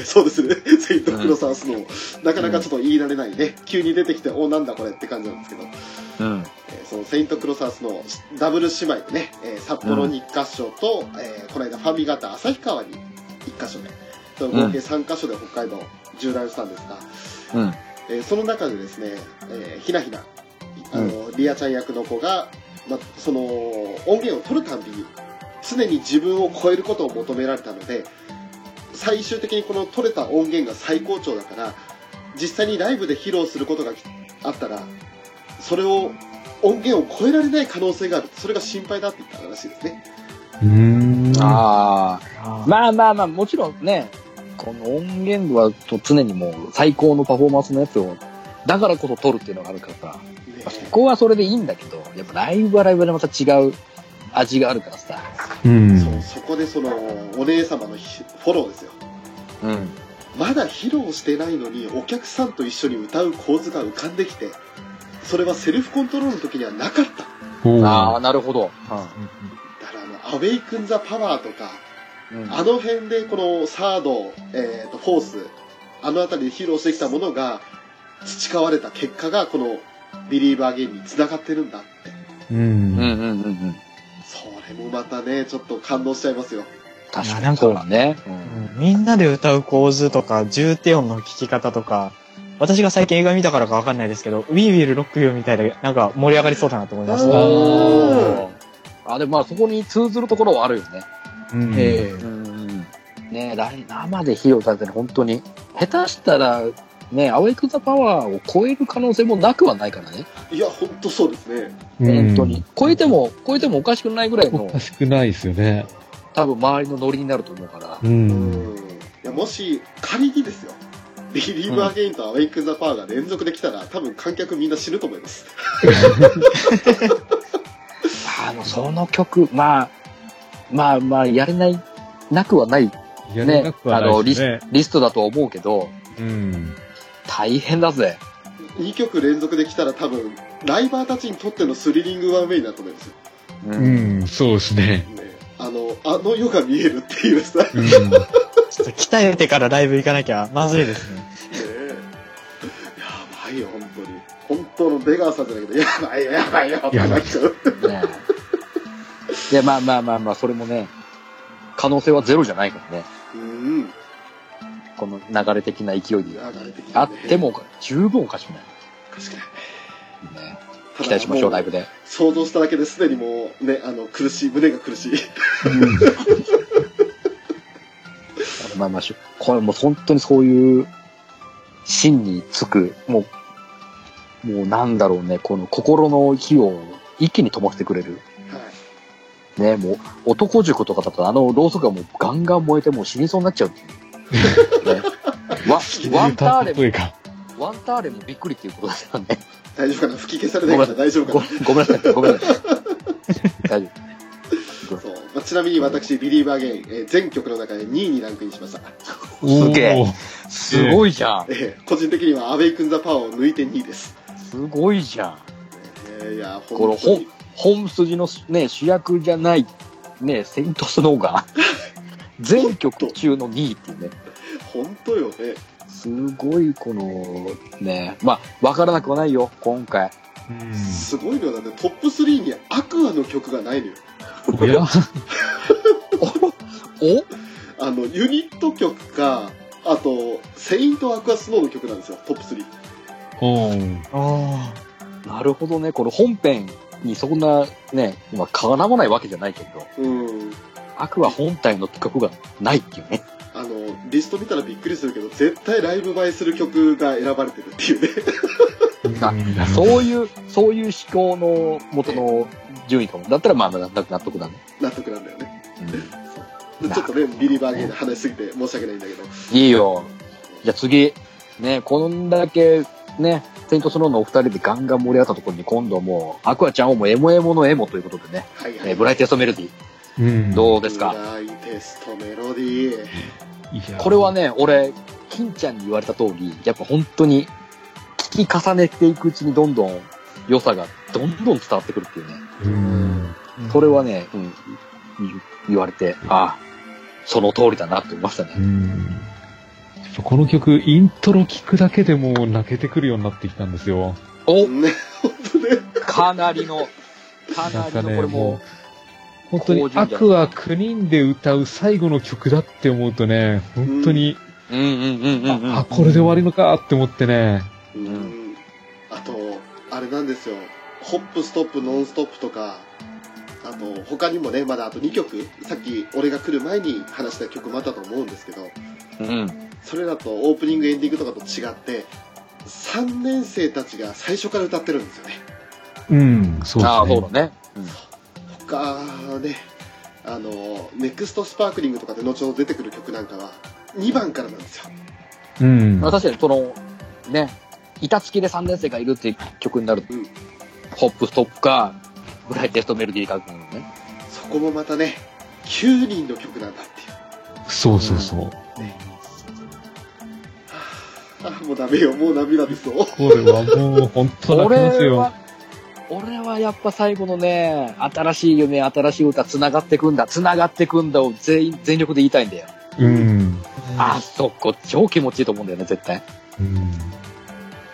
D: そうですね。セイント黒沢スノー。なかなかちょっと言いられないね。急に出てきて、お、なんだこれって感じなんですけど。
A: うん。
D: えーそのセイントクロサスのダブル姉妹でね、えー札幌に1箇所と、えーこの間ファミガタ旭川に1箇所で、その合計3箇所で北海道縦断したんですが、
A: うん。
D: えーその中でですね、えーひなひな、あの、リアちゃん役の子が、ま、その音源を取るたんびに、常に自分を超えることを求められたので、最終的にこの取れた音源が最高潮だから、実際にライブで披露することがあったら、それを、音源を超えられない可能性がある。それが心配だって言ったらしいですね。
B: うん。
A: あ
C: あ
A: あ。
C: ー
A: まあまあまあ、もちろんね、この音源はと常にもう最高のパフォーマンスのやつを、だからこそ撮るっていうのがあるからさ。
D: ね
A: そこはそれでいいんだけど、やっぱライブはライブでまた違う味があるからさ。
B: うん。
D: そうそこでその、お姉様のひフォローですよ。
A: うん。
D: まだ披露してないのにお客さんと一緒に歌う構図が浮かんできてそれはセルフコントロールの時にはなかった
B: おー
A: ああ、なるほど。
D: だからあの「アウェイクン・ザ・パワー」とか
A: うん。うん
D: あの辺でこのサード、えー、とフォースあの辺りで披露してきたものが培われた結果がこの「ビリーバー・ゲイン」に繋がってるんだって
B: うん。
A: うんうんうんうん。
D: それもまたねちょっと感動しちゃいますよ
A: 確
C: い
A: か
C: や
A: に。な
C: なんん
A: か
C: か
A: ね。
C: うんみんなで歌う構図とか、重低音の聴き方とか、私が最近映画見たからかわかんないですけど、We Will Rock You みたいで、なんか盛り上がりそうだなと思いました。
A: うん。あ、でもまあそこに通ずるところはあるよね。
B: うん
A: うん。ねえ、誰生で披露されてるの本当に。下手したら、ね、アウェイク・ザ・パワーを超える可能性もなくはないからね。
D: いや、本当そうですね。
A: 本当に。超えても、超えてもおかしくないぐらい
B: うん。お
A: の
B: か、しくないですよね。
A: 多分周りのノリになると思うから。
B: う。
D: うんん。いや、もし、仮にですよ。ビリーブ・アゲインとアウェイク・ザ・パワーが連続できたら、多分観客みんな死ぬと思います。
A: あの、その曲、まあ、まあまあ、やれない、なくはない
B: やれなくはないですね。
A: リストだとは思うけど、
B: うん。
A: 大変だぜ。
D: 2曲連続できたら多分、ライバーたちにとってのスリリング・ワンウェイになると思いますよ。
A: う
B: う。ん、そうですね。
D: ねあの、あの世が見えるっていうさ、ね
B: うん。
C: ちょっと鍛えてからライブ行かなきゃまずいですね。
D: えやばいよ、本当に。本当のベガーさんじゃないけど、やばいよ、やばいよってなっちゃう。
A: ねえで、まあまあまあまあ、それもね、可能性はゼロじゃないからね。
D: うん。
A: この流れ的な勢いで。
D: 流れてき
A: あ
D: たね
A: っても、十分おかしくない。
D: 確かに
A: ね、
D: ただ
A: 期待しましょう、
D: も
A: ライブで。
D: 想像しただけですでにもう、ね、あの、苦しい、胸が苦しい。
A: まあまあし、これもう本当にそういう、芯につく、もう、もうなんだろうね、この心の火を一気に灯してくれる。
D: はい。
A: ね、もう、男塾とかだとあのろうそくがもうガンガン燃えてもう死にそうになっちゃうっていう。 ね、ワ ワンターレ
B: 例
A: も、
B: えか。
A: ワンターレもびっくりっていうことですよね。
D: 大丈夫かな吹き消されないから大丈夫
A: ご
D: かな
A: ごめんなさい、ごめんなさい。 大丈
D: そう、まあ、ちなみに私、ビリーバーゲイン、えー全曲の中で2位にランクインしました。
A: すげえ
B: おー
A: 夫。すごいじゃん。
D: えー個人的にはアベイクンザパワーを抜いて2位です。
A: すごいじゃん。
D: えーいや、
A: この
D: 本当
A: 本
D: に。、
A: 本筋のね、主役じゃない、ね、セイントスノー が、全曲中の2位っていうね、
D: 本当よね。
A: すごいこの、ね、まあ、わからなくはないよ、今回。
B: う
D: すごいのはだってトップ3にアクアの曲がないのよ。
B: ん。いや、
A: お
D: あの、ユニット曲か、あと、セイント・アクア・スノーの曲なんですよ、トップ3。
B: うん。
C: あ
A: なるほどね、この本編にそんな、ね、今、絡まないわけじゃないけど、
D: うん。
A: アクア本体の企画がないっていうね。
D: あの、リスト見たらびっくりするけど、絶対ライブ映えする曲が選ばれてるっていうね。
A: あそういう、そういう思考の元の順位かも。だったら、まあ、納得納得だね。
D: 納得なんだよね。
A: うん
D: でちょっとね、ビリーバーゲインで話しすぎて申し訳ないんだけど。
A: いいよ。じゃあ次、ね、こんだけ、ね、セイントスローのお二人でガンガン盛り上がったところに、今度もう、アクアちゃんをもうエモエモのエモということでね、
D: はいはい。
A: えーブライテストメロディ
B: うん。
A: どうですか、
D: ブライテストメロディー。
B: いや
A: これはね、俺、金ちゃんに言われた通り、やっぱ本当に、聞き重ねていくうちにどんどん良さがどんどん伝わってくるっていうね。
B: うん。
C: あ。
A: それはね、うん、言言われて、ああ、その通りだなって思いました
B: う
A: ね。
B: ん。やっぱこの曲、イントロ聞くだけでもう泣けてくるようになってきたんですよ。
A: お
D: ね、本当ね。
A: かなりの、か
B: な
A: なんり
B: か
A: の、
B: ね、
A: これも
B: もう、本当にアクア9人で歌う最後の曲だって思うとね、本当に、
A: う、うんうんうんうんうん。
B: あ、これで終わりのかって思ってね。
D: うん。あと、あれなんですよ。ホップ、ストップ、ノンストップとか、あと、他にもね、まだあと2曲、さっき俺が来る前に話した曲もあったと思うんですけど、
A: うん。
D: それだとオープニング、エンディングとかと違って、3年生たちが最初から歌ってるんですよね。
B: うん、そう
A: ああ、
B: で
A: そ
B: す
A: う
B: ね。
A: だね。
D: 他ね、あの、ネクストスパークリングとかで後ほど出てくる曲なんかは、2番からなんですよ。
B: うん
A: まあ、。確かにその、ね、板付きで3年生がいるっていう曲になると、
D: うん
A: ホップストップか、ブライテストメロディーか、ね。
D: そこもまたね、9人の曲なんだっていう。
B: そうそうそう。
D: あ、もうダメよ、もう涙ですよ。
B: これはもう、本当泣けます
A: 俺
B: よ
A: は。、俺はやっぱ最後のね、新しい夢、新しい歌、繋がってくんだ、繋がってくんだを全員、全力で言いたいんだよ。
B: うん。
A: あそこ、超気持ちいいと思うんだよね、絶対。
B: うん。。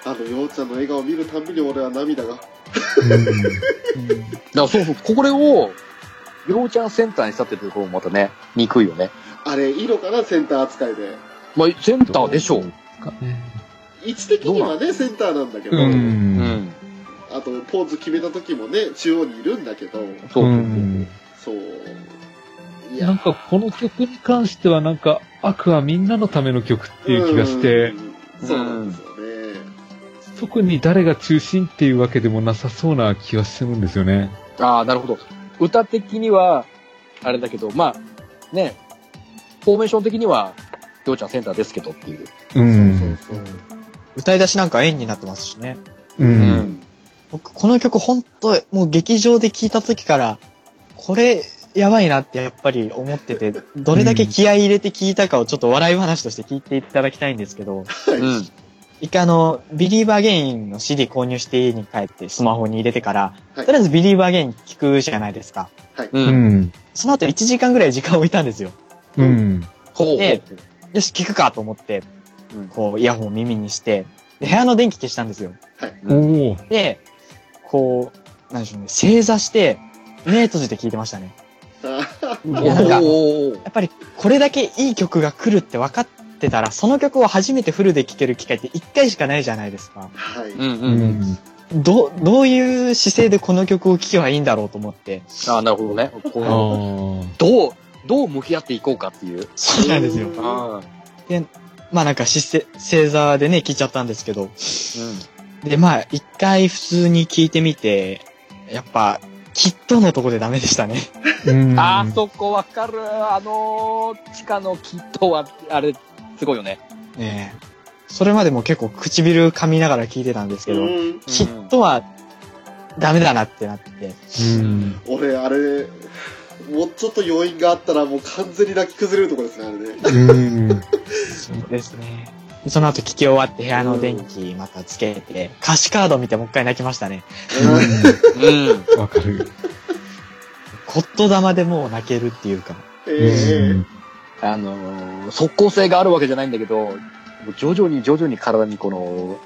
D: あの、ようちゃんの笑顔を見るたんびに俺は涙が。
A: だからそうそう、これを、ようちゃんセンターにしたっていうところもまたね、憎いよね。
D: あれ、いいのかな、センター扱いで。
A: まあ、センターでしょう。
D: 位置的にはね、センターなんだけど、
A: うんん。
D: あと、ポーズ決めた時もね、中央にいるんだけど、
A: そうそうそう。
D: そう。い
B: なんかこの曲に関してはなんか、アクアみんなのためめの曲っていう気がして、
D: うんそうなんですよね。
B: 特に誰が中心っていうわけでもなさそうな気はするんですよね。
A: ああ、なるほど。歌的には、あれだけど、まあ、ね、フォーメーション的には、りょうちゃんセンターですけどっていう。
B: うん。
D: そうそうそう
C: 歌い出しなんか円になってますしね。
B: う。。
A: うん
C: 僕、この曲本当もう劇場で聴いた時から、これ、やばいなってやっぱり思ってて、どれだけ気合い入れて聴いたかをちょっと笑い話として聞いていただきたいんですけど、
A: うん。
C: 一回あの、ビリーバーゲインの CD 購入して家に帰ってスマホに入れてから、
D: はい
C: とりあえずビリーバーゲイン聞くじゃないですか。
A: う。
B: うんん。
C: その後1時間ぐらい時間を置いたんですよ。
B: うん。
A: ほう。
C: でよし、聞くかと思って
A: うん、
C: こう、イヤホンを耳にして、で部屋の電気消したんですよ。
B: おお。
C: で、こう、なんでしょうね、正座して、目閉じて聞いてましたね。
D: あ
A: お
C: いやなんか
A: ー
C: やっぱりこれだけいい曲が来るって分かってたら、その曲を初めてフルで聴ける機会って1回しかないじゃないですか。
D: はい。
A: うん
B: う
A: うん。
B: ん。
C: ど、どういう姿勢でこの曲を聴けばいいんだろうと思って。
A: ああ、なるほどね。こ
B: あ
A: う
B: あ。
A: どう、どう向き合っていこうかっていう。
C: そうなんですよ。
A: ああ。
C: まあなんか姿勢、正座でね、聴いちゃったんですけど。
A: うん。
C: で、まあ、一回普通に聴いてみて、やっぱ、きっとのとこでダメでしたね。
B: うん
A: あそこわかる。あのー、地下のキットは、あれ、すごいよね。
C: ええそれまでも結構唇噛みながら聴いてたんですけど、
D: うん
C: きっとはダメだなってなって。
B: うん。
D: 俺、あれ、もうちょっと要因があったら、もう完全に泣き崩れるとこですね、あれ ね。
B: うん。
C: そうですね。その後聞き終わって部屋の電気またつけて、歌詞カード見てもう一回泣きましたね。
A: うん。
B: わかる。
C: コット玉でもう泣けるっていうか。
D: ええ
A: あのー、即効性があるわけじゃないんだけど、もう徐々に徐々に体にこの、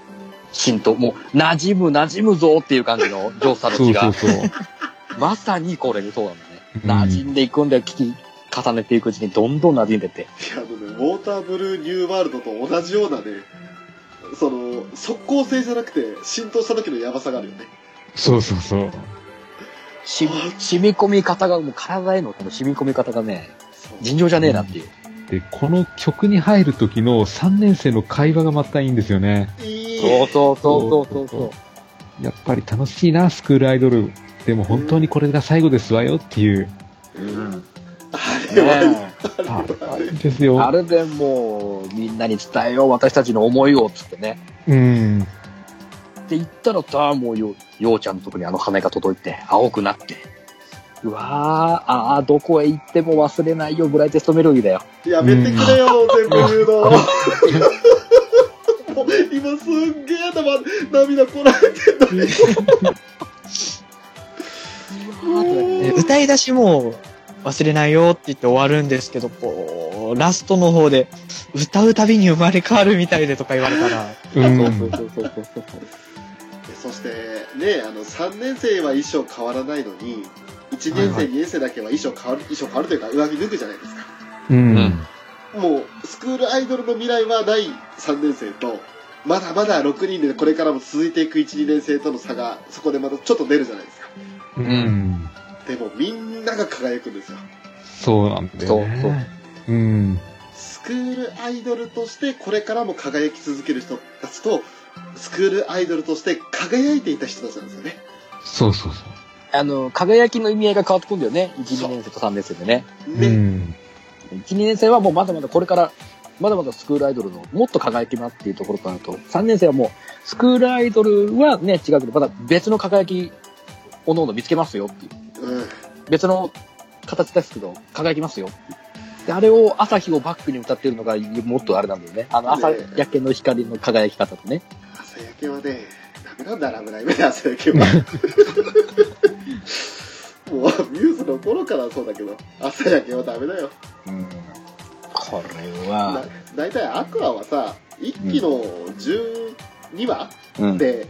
A: 浸透、もう、馴染む、馴染むぞっていう感じの上手さの
B: そ
A: 気
B: うそう
A: が。
B: そう。
A: まさにこれでそうなん
B: うん
A: だね。馴染んでいくんだよ、聞き、重ねていくうちにどんどん馴染んでって。
D: いや、あのね、ウォーターブルーニューワールドと同じようなね、その、即効性じゃなくて、浸透した時のヤバさがあるよね。
B: そうそうそう。
A: し染み込み方が、もう体へのこの染み込み方がね、
D: そう
A: 尋常じゃねえなっていう。
B: で、この曲に入る時の3年生の会話がまたいいんですよね。
D: いい。
A: そうそうそうそうそうそう。
B: やっぱり楽しいな、スクールアイドル。でも本当にこれが最後ですわよっていう。
A: うん。
D: あれは、
A: ね
B: あですよ。
A: あれでもう、みんなに伝えよう、私たちの思いを、つってね。
B: うん。
A: って言ったらさ、もうよ、ようちゃんのとこにあの羽が届いて、青くなって。うわー、ああ、どこへ行っても忘れないよ、ブライテストメロディーだよ。
D: やめてくれよ、全部言うの。もう今すんげえ涙こらえてんのに。
C: え歌い出しも忘れないよって言って終わるんですけど、こう、ラストの方で、歌うたびに生まれ変わるみたいでとか言われたら、
B: うん。
A: そうそうそうそうそう。
D: そしてねあの3年生は衣装変わらないのに1年
C: は
D: 生、
C: いはい
D: 2年生だけは衣装変わる衣装変わるというか上着脱ぐじゃないですか
B: うん。
D: もうスクールアイドルの未来はない3年生とまだまだ6人でこれからも続いていく12年生との差がそこでまたちょっと出るじゃないですか
B: うん。
D: でもみんなが輝くんですよ
B: そうなんだよね。うん。
D: スクールアイドルとしてこれからも輝き続ける人たちとスクールアイドルとして輝いていた人たちなんですよね
B: そうそうそ
A: あの、輝きの意味合いが変わってくんだよね。1、2年生と3年生でね。
B: う。う
D: ね、
B: ん。
A: 1、2年生はもうまだまだこれから、まだまだスクールアイドルのもっと輝きますっていうところかなと。3年生はもう、スクールアイドルはね、違うけど、まだ別の輝き、おのおの見つけますよっていう。
D: うん
A: 別の形ですけど、輝きますよ。で、あれを朝日をバックに歌ってるのがもっとあれなんだよね。あの、朝
D: ね
A: 焼けの光の輝き方とね。
D: 朝焼けはね、ダメなんだ、ラブライブで朝焼け は。もう、ミューズの頃からそうだけど、朝焼けはダメだよ。
A: うん。これ
D: だ
A: は、
D: 大体アクアはさ、一期の12話
A: うん。
D: で、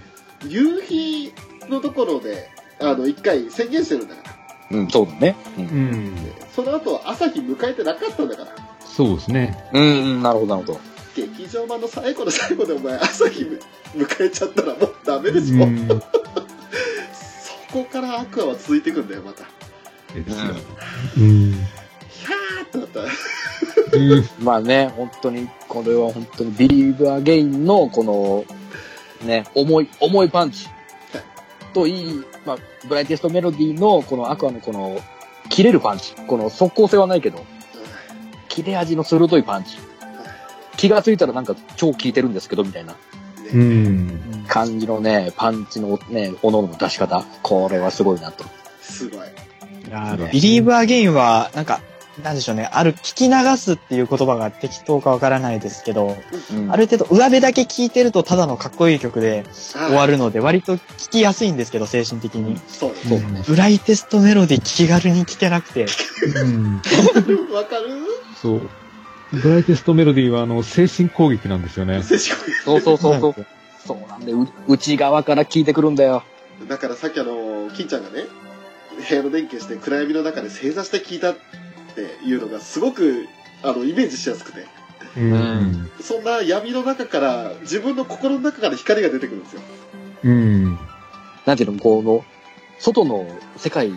D: 夕日のところで、あの、一回宣言してるんだから。
A: うん、そうだね。
B: うん。
D: その後、朝日迎えてなかったんだから。
B: そうですね。
A: うん、うん、なるほど、なるほど。
D: 劇場版の最後の最後でお前、朝日迎えちゃったらもうダメでしょ。
B: うん。
D: そこからアクアは続いていくんだよ、また。ひ
B: うん。
D: ゃーってなった。
A: まあね、本当にこれは本当にビリーブアゲインのこの、ね、重い、重いパンチといい、まあ、ブライテストメロディーのこのアクアのこの、切れるパンチ。この速攻性はないけど、切れ味の鋭いパンチ。気がついたらなんか超効いてるんですけど、みたいな
B: う
D: ね
B: ん。
A: 感じのね、パンチのね、おのの出し方。これはすごいなと。
D: すごい。
C: いや
B: そうだ
C: ービリーブアゲインは、なんか、なんでしょうね。ある、聞き流すっていう言葉が適当かわからないですけど、
A: うん
C: ある程度上辺だけ聞いてるとただのかっこいい曲で終わ
D: る。
C: るので、割と聞きやすいんですけど、精神的に。
D: そうです。
A: そう
C: ブライテストメロディ気軽に聞けなくて。
B: うん
D: わかる
B: そう。ブライテストメロディーは、あの、精神攻撃なんですよね。
D: 接し込
A: そうそうそうそう。そうなんで、う内側から効いてくるんだよ。
D: みだからさっきあの、金ちゃんがね、部屋の電気して暗闇の中で正座して聞いたっていうのがすごく、あの、イメージしやすくて。
B: うん。
D: そんな闇の中から、自分の心の中から光が出てくるんですよ。
B: うん。
A: なんていうの、この、外の世界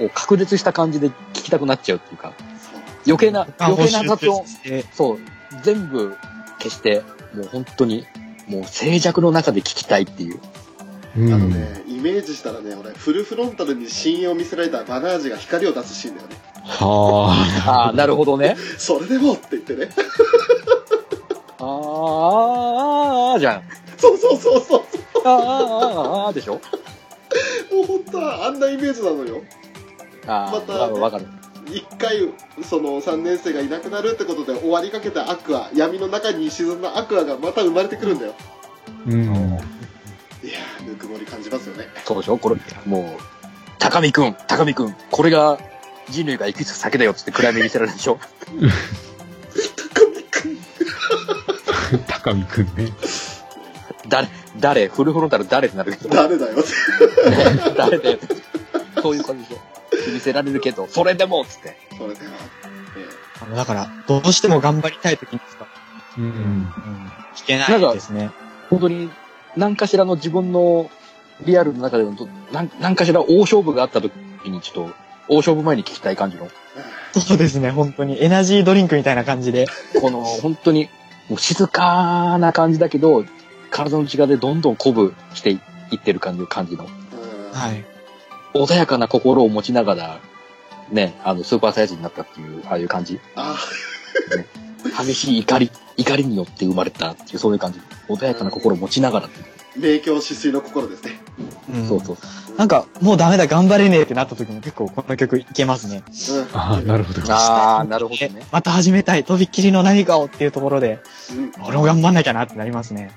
A: を確立した感じで聞きたくなっちゃうっていうか、
D: そう。
A: 余計な、余計な雑音、
C: して
A: そう、全部消して、もう本当に、もう静寂の中で聞きたいっていう。
B: うん。
D: あのね、イメージしたらね、俺、フルフロンタルに深淵を見せられたバナージが光を出すシーンだよね。
B: は
A: ああ、なるほどね。
D: それでもって言ってね。
A: あーあー、あーじゃん。
D: そうそうそうそう。
A: あーあー、あーあー、でしょ
D: もう本当はあんなイメージなのよ。
A: ああ、
D: ま
A: わ
D: た
A: かるわかる。
D: 一回その3年生がいなくなるってことで終わりかけたアクア闇の中に沈んだアクアがまた生まれてくるんだよ
B: あ。うん。
D: いやーぬくもり感じますよね
A: そうでしょこれ、もう、高見くん、高見くん、これが人類が生きつ酒だよっつって暗闇見せられるでしょ
B: 高見くんね。
A: 誰、誰、フルフロンタル誰ってなるけど。
D: 誰だよって
A: 誰だよ。そういう感じでしょ。見せられるけど、それでもっつって。
D: それでは、
C: あのだから、どうしても頑張りたい時にしか、
B: うん。
C: 聞けないですね。
A: 本当に、何かしらの自分のリアルの中での、何何かしら大勝負があった時に、ちょっと、大勝負前に聞きたい感じの、
C: そうですね、本当に。エナジードリンクみたいな感じで。
A: この、本当に、もう静かな感じだけど、体の内側でどんどん鼓舞していってる感じの感じの、
D: うん
C: はい。
A: 穏やかな心を持ちながら、ね、あの、スーパーサイヤ人になったっていう、ああいう感じ。
D: あ
A: 激しい怒り、怒りによって生まれたっていう、そういう感じ。穏やかな心を持ちながらっていう
D: ー明鏡止水の心ですね
C: うん
A: そうそう。
C: なんか、もうダメだ、頑張れねえってなった時も結構この曲いけますね。
D: うん
B: ああ、なるほど。
A: ああ、なるほど
C: え
A: ね。
C: また始めたい、とびっきりの何かをっていうところで、
D: うん
C: 俺も頑張んなきゃなってなりますね。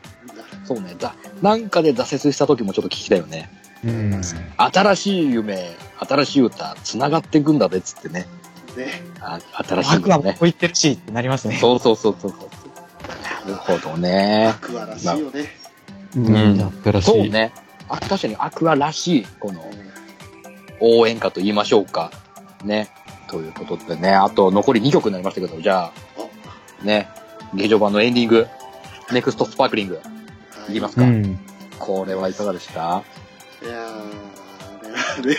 A: そうね。だ、なんかで挫折した時もちょっと聞きたいよね。
B: うん。
A: 新しい夢、新しい歌、繋がっていくんだべっつってね。
D: ね
A: あ新しい
C: ワクワ
A: 夢
C: クこ
A: ね。
C: う言ってるしってなりますね。
A: そうそうそうそう。なるほどね
D: ア。クアらしいよね
B: うん。新し
A: そう
B: い。
A: ね。あ確かにアクアらしい、この
D: うん
A: 応援歌と言いましょうか。ね。ということでね。あと残り2曲になりましたけど、じゃあ、ね。劇場版のエンディング、ネクストスパークリング、
D: はい
A: きます
B: う
A: か。
B: ん。
A: これはいかがでした
D: いやーね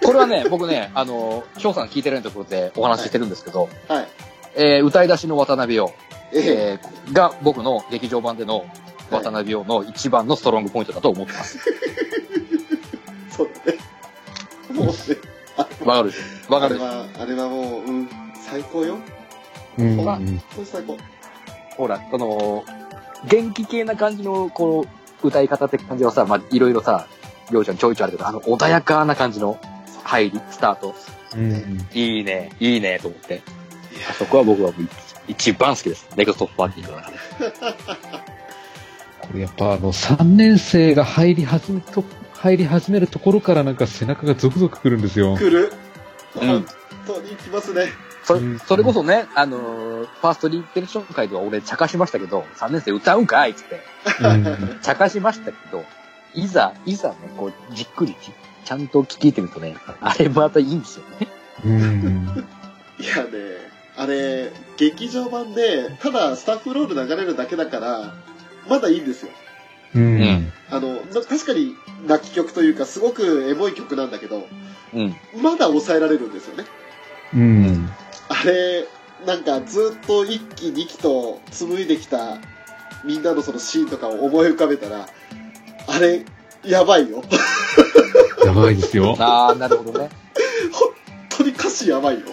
A: これはね、僕ね、あの、翔さん聞いてるところでお話ししてるんですけど、
D: はい
A: えー歌い出しの渡辺を、
D: ええ
A: えーが僕の劇場版での渡辺陽の一番のストロングポイントだと思ってます。
D: そうだねもうね
A: わかるわか
D: あれ
A: る
D: はあれはもううん最高よ
B: うん。
D: ほら本当最高
A: ほら、この、元気系な感じの、こう、歌い方って感じはさ、まあ、いろいろさ、りょうちゃんちょいちょいあるけど、あの、穏やかな感じの入り、スタート。
B: うん。
A: いいね、いいね、と思って。あそこは僕はもう一番好きです。ネクストパーティーの中で。
B: これやっぱあの、3年生が入り始めと、入り始めるところからなんか背中がゾクゾクくるんですよ。
D: 来る
A: うん
D: 本当に来ますね
A: そ
B: うん
A: れ、それこそね、あのーファーストリーテレション会では俺、茶化しましたけど、3年生歌うんかいっつって。
B: うん。
A: 茶化しましたけど、いざ、いざね、こう、じっくりち、ちゃんと聞いてみるとね、あれまたいいんですよね。
B: うん。
D: いやね、あれ、劇場版で、ただスタッフロール流れるだけだから、まだいいんですよ。
B: うん。
D: あの、な確かに泣き曲というか、すごくエモい曲なんだけど、
A: うん。
D: まだ抑えられるんですよね。
B: うん。
D: あれ、なんかずっと一期二期と紡いできたみんなのそのシーンとかを思い浮かべたら、あれ、やばいよ。本
B: やばいですよ。
A: ああ、なるほどね。
D: 当に歌詞やばいよ。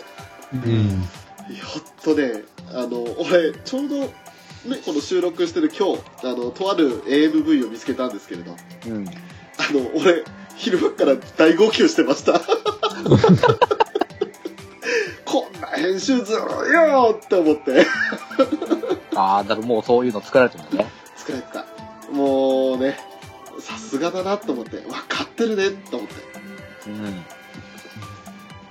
B: うん。
D: いやほっとね、あの、俺、ちょうど、ね、この収録してる今日、あの、とある AMV を見つけたんですけれど、あ
A: うん。
D: の、俺、昼間から大号泣してました。こんな編集ずるいよって思って、
A: ああ、だからもうそういうの作られてるんだね。
D: 作られてた。もうね、さすがだなと思って、分かってるねと思って。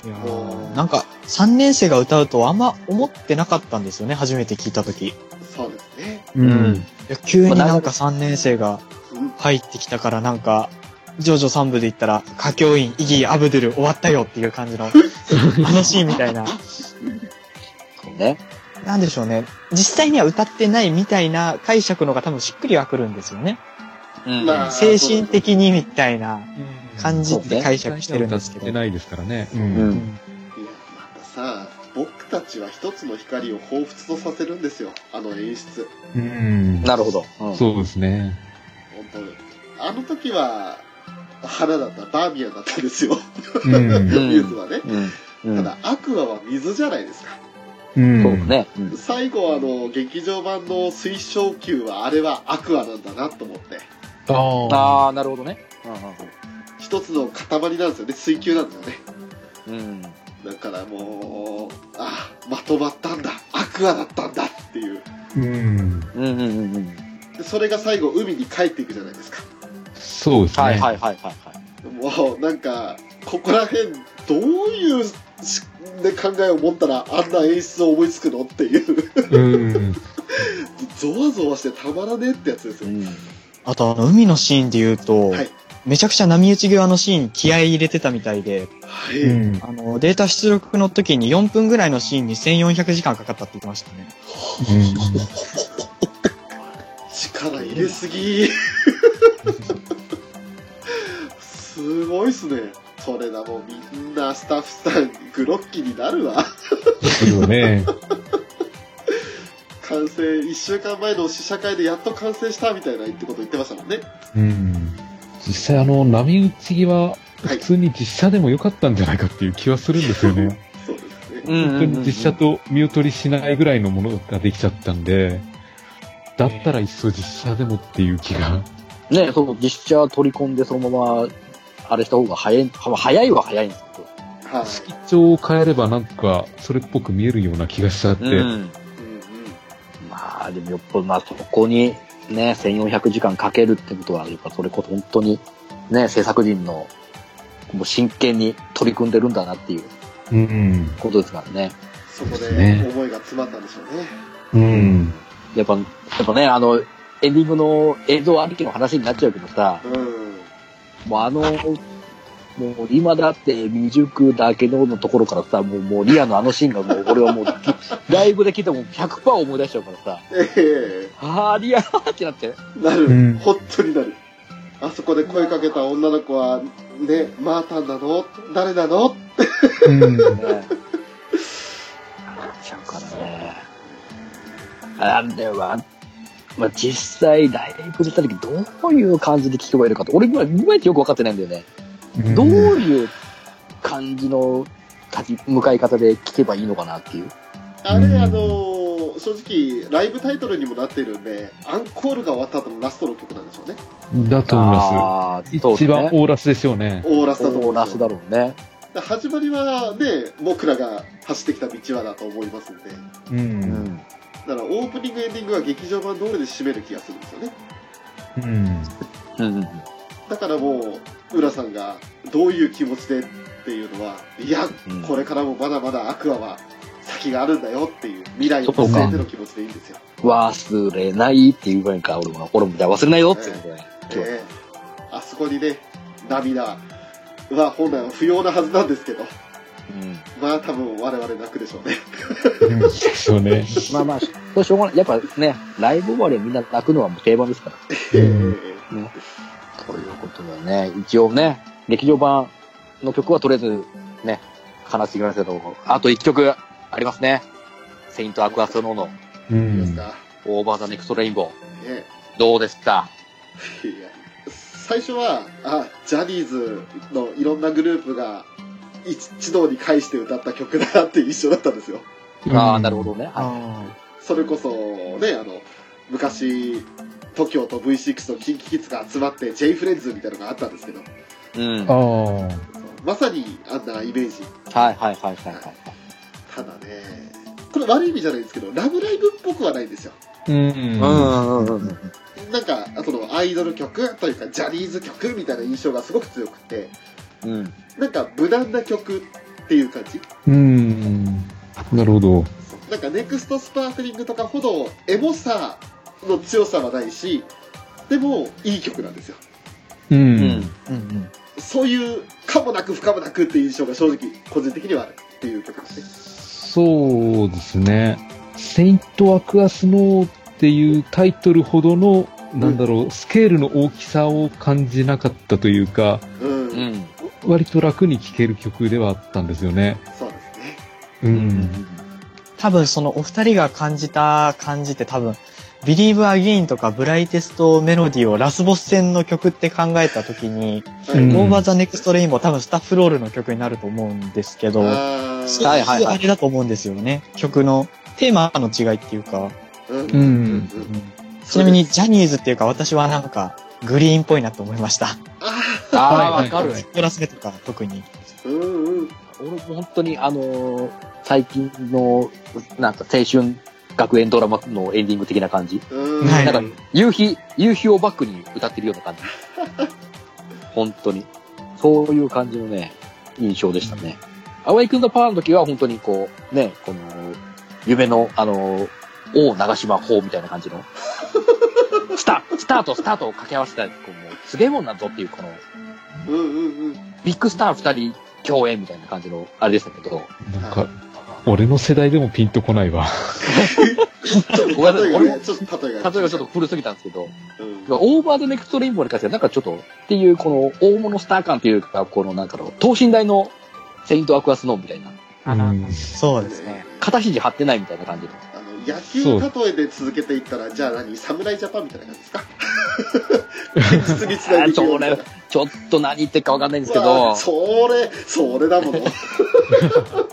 A: うん。
C: いや
D: お
C: ー
D: ー
C: なんか、3年生が歌うとあんま思ってなかったんですよね、初めて聞いたとき。い
D: そうですね。
B: うんん。
C: や急になんか3年生が
D: うん
C: 入ってきたからなんか、ジョジョ3部で言ったら、歌教員、イギー、アブドゥル終わったよっていう感 じの、あのシーンみたいな。
A: そうね。
C: なんでしょうね。実際には歌ってないみたいな解釈のが多分しっくりはくるんですよね。
A: うん
D: まあ
C: 精神的にみたいな感じで解釈してるん
B: 歌
C: で
B: っ
C: すけ
B: て
C: ど。
B: ないですからね。う。
A: うん。
C: うんん
D: いや、またさ、僕たちは一つの光を彷彿とさせるんですよ、あの演出。
B: うん。
A: なるほど。うん
B: そうですね。
D: 本当に。あの時は、花だった、バーミヤンだったんですよ。
B: う
D: ニ
B: ん。
D: ュースはね。
A: うん。うん。
D: ただ、アクアは水じゃないですか。
B: うん。
A: そうね。うん
D: 最後、あの、劇場版の水晶球は、あれはアクアなんだなと思って。
B: ああ。
A: ああ、なるほどね。
D: 一つの塊なんですよね、水球なんですよね。
A: うん。
D: だからもう、あまとまったんだ、アクアだったんだっていう。
B: うん。
A: うんうんうんうん。
D: でそれが最後、海に帰っていくじゃないですか。
B: そうですね。
A: はいはいはいはい。
D: もうなんかここら辺どういうし、ね、考えを持ったらあんな演出を思いつくのっていう
B: うん。
D: ゾワゾワしてたまらねえってやつですよ、
C: あとあの、海のシーンで言うと、
D: はい
C: めちゃくちゃ波打ち際のシーン気合い入れてたみたいで、
D: は
B: う
D: い、
B: ん。
C: あの、データ出力の時に4分ぐらいのシーンに1400時間かかったって言ってましたね。
D: 力入れすぎすごいっすねそれだもうみんなスタッフさんグロッキーになるわ
B: するよね。
D: 完成1週間前の試写会でやっと完成したみたいなってこと言ってましたもんね
B: うん。実際あの、波打ち際、普通に実写でも良かったんじゃないかっていう気はするんですよね。
D: そうですね
A: うん
B: 本当に実写と見劣りしないぐらいのものができちゃったんで、だったらいっそ実写でもっていう気が。
A: ね、そう、実写取り込んでそのまま、あれした方が早い、早いは早いんですけど。
D: はい、
B: 色調を変えればなんか、それっぽく見えるような気がしちゃって。
A: うん。
D: うんうん、
A: まあ、でもよっぽど、まあ、そこに、ね、1400時間かけるってことは、やっぱそれこそ本当に、ね、制作陣の、もう真剣に取り組んでるんだなっていう
B: うん。
A: ことですからね。
D: そ
B: そ
D: こ
B: うです
D: で
B: ね
D: 思いが詰まったんでしょうね
B: うん。
A: やっぱ、やっぱね、あの、エンディングの映像ありきの話になっちゃうけどさ、
D: うん
A: もうあの、もう今だって未熟だけどのところからさ、もうもうリアのあのシーンがもう俺はもう ライブで聞いても100%思い出しちゃうからさ、
D: え
A: あーリアってなって。
D: え なる、
B: うん
D: 本当になるあそこで声かけた女の子はねマータンなの誰なの
B: うん。
A: ね、なっちゃうからね。あれは、まあ、実際ライブでた時どういう感じで聞けばいいのかって、俺今、いまいちよく分かってないんだよね。どういう感じの立ち向かい方で聞けばいいのかなっていう。
D: あれ、
B: うん
D: あのー正直ライブタイトルにもなっているんでアンコールが終わった後のラストの曲なんでしょうね
B: だと思いま
A: あ
B: す。
A: ーそう
B: 一番
A: ね。
B: オーラスでしょうね。
D: オーラスだと思
A: オー
D: うんで
A: ラ
D: す
A: ス
D: よ
A: だろうね。
D: だから始まりはね僕らが走ってきた道はだと思いますんでだ
A: う
B: う。
A: んん。
D: からオープニングエンディングは劇場版通りで締める気がするんですよね
B: うん。
A: うんうん。
D: だからもう浦さんがどういう気持ちでっていうのはいや
A: うん
D: これからもまだまだアクアは先があるんだよっていう未来を見据えての気持ちでいいんですよ。
A: 忘れないっていうぐらいか、俺も、俺も、じゃあ忘れないよっていうことで。そう
D: ええあそこにね、涙は本来は不要なはずなんですけど、
A: うん。
D: まあ多分我々泣くでしょうね。
B: そうね。
A: まあまあ、そうしょうがない。やっぱね、ライブ終わりはみんな泣くのはもう定番ですから。
B: うん
D: え
A: ということでね、一応ね、劇場版の曲はとりあえずね、悲しげなせど、あと一曲ありますね。セイントアクアスノの
B: う
D: います
B: ん。
D: か。
A: オーバーザネクストレインボー。
D: ね
A: どうですか
D: いや最初は、あ、ジャニーズのいろんなグループが一一堂に会して歌った曲だなって一緒だったんですよ。
A: ああ、なるほどね。はい
C: あ
D: それこそ、ね、あの、昔、TOKIO と V6 と KinKiKids が集まって J フレンズみたいなのがあったんですけど、
A: うん。はい
B: ああ。
D: まさにあんなイメージ。
A: はいはいはいはい。
D: ただね、これ悪い意味じゃないんですけど、ラブライブっぽくはないんですよ。
B: うん。
A: うんうんうん。
D: なんか、そのアイドル曲というか、ジャニーズ曲みたいな印象がすごく強くて、
A: うん。
D: なんか無難な曲っていう感じ。
B: うん。なるほど。
D: なんか、ネクストスパークリングとかほど、エモさの強さはないし、でも、いい曲なんですよ。
B: う
A: うん
B: ん。
C: ーうんうん。
D: そういう、かもなく不可もなくっていう印象が正直、個人的にはあるっていう曲ですね。
B: そうですね。セイント・アクア・スノーっていうタイトルほどの、なんだろう、スケールの大きさを感じなかったというか、
D: うん。
A: うん。
B: 割と楽に聴ける曲ではあったんですよね。
D: そうですね。
B: う。。
A: うん
C: 多分そのお二人が感じた感じって多分、ビリーブアゲインとかブライテストメロディーをラスボス戦の曲って考えた時に、
D: はい
B: うん
C: オーバーザネクストレインも多分スタッフロールの曲になると思うんですけど、
D: あ
C: そう
D: ー
A: はいいはいうはい
C: あれだと思うんですよね。曲のテーマの違いっていうか。
D: うん
B: うん
C: ちなみにジャニーズっていうか私はなんかグリーンっぽいなと思いました。
D: あ
A: ああ、
B: は
A: わ
B: い
A: か
B: はい
A: る
B: は。い
C: プラス目とか特に。
D: ーうんうん。
A: 俺も本当に、あのー最近の、なんか青春学園ドラマのエンディング的な感じ。
D: うん。
C: はい
A: なんか、夕日、夕日をバックに歌ってるような感じ。本当に。そういう感じのね、印象でしたね。淡井くんのパワーの時は本当にこう、ね、この、夢の、あの、王長島法みたいな感じの、スタ、スタート、スタートを掛け合わせた、こう、もうすげえもんなんぞっていう、この、
D: うんうんうん。
A: ビッグスター二人共演みたいな感じの、あれでしたけど、
B: なんか、俺の世代でもピンとこないわ。
D: ちょっ
A: ごめんなさ
D: と
A: い
D: 例えが
A: 俺
D: ね、ちょっと例え
A: 例え
D: が。
A: ばちょっと古すぎたんですけど、
D: うん。
A: オーバードネクストレインボーに関しては、なんかちょっと、っていう、この、大物スター感というか、この、なんかの、等身大の、セイントアクアスノーみたいな、
B: うん
C: そうですね。
D: ね
A: 肩肘張ってないみたいな感じの。
D: あの野球例えで続けていったら、じゃあ何、侍ジャパンみたいな感じで すか 実につないでいくような
A: あーそちょっと何言ってるかわかんないんですけ
D: わ
A: ど
D: あ、それ、そ れだもの。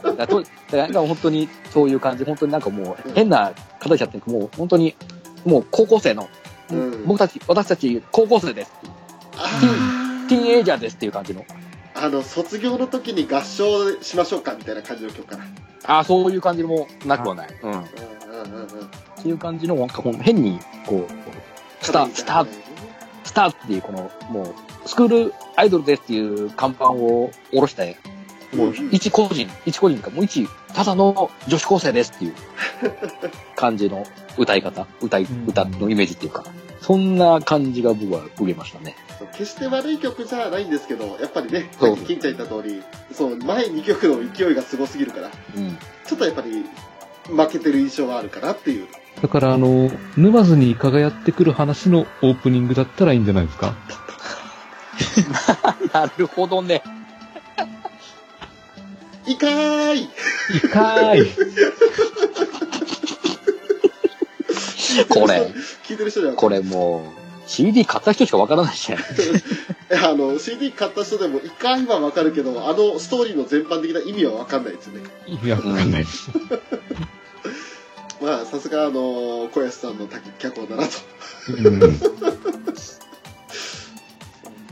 A: だからとだからなんか本当にそういう感じ、本当になんかもう、変な肩肘張ってるもう本当に、もう高校生の、
D: うん
A: 僕たち、私たち高校生です。
D: あ
A: ティーン
D: ー
A: エイジャーですっていう感じの。
D: あの、卒業の時に合唱しましょうかみたいな感じの曲かな。
A: ああ、そういう感じもなくはない。うん。っ
D: うんうんうんうん。
A: ていう感じの、なんかこう変に、こう、スター、スター、スターっていうこの、もう、スクールアイドルですっていう看板を下ろして、もう一個人、一個人か、もう一、ただの女子高生ですっていう感じの歌い方、歌い、
C: うん
A: 歌のイメージっていうか、そんな感じが僕は受けましたね。
D: 決して悪い曲じゃないんですけど、やっぱりね、さ
A: そ
D: っ
A: う
D: き金ちゃん言った通り、そう、前2曲の勢いがすごすぎるから、
A: うん。
D: ちょっとやっぱり負けてる印象はあるかなっていう。
B: だから、あの、沼津にイカがやってくる話のオープニングだったらいいんじゃないですか。
A: なるほどね。
D: いかーい
B: イカーい。
A: これ、
D: 聞いてる人じゃ
A: これもう、CD 買った人しかわからないじゃん。
D: あの CD 買った人でも一回はわかるけどあのストーリーの全般的な意味はわかんないですよね
B: 意味わか んないです。
D: まあさすがあの小安さんの脚本だなと、
B: うん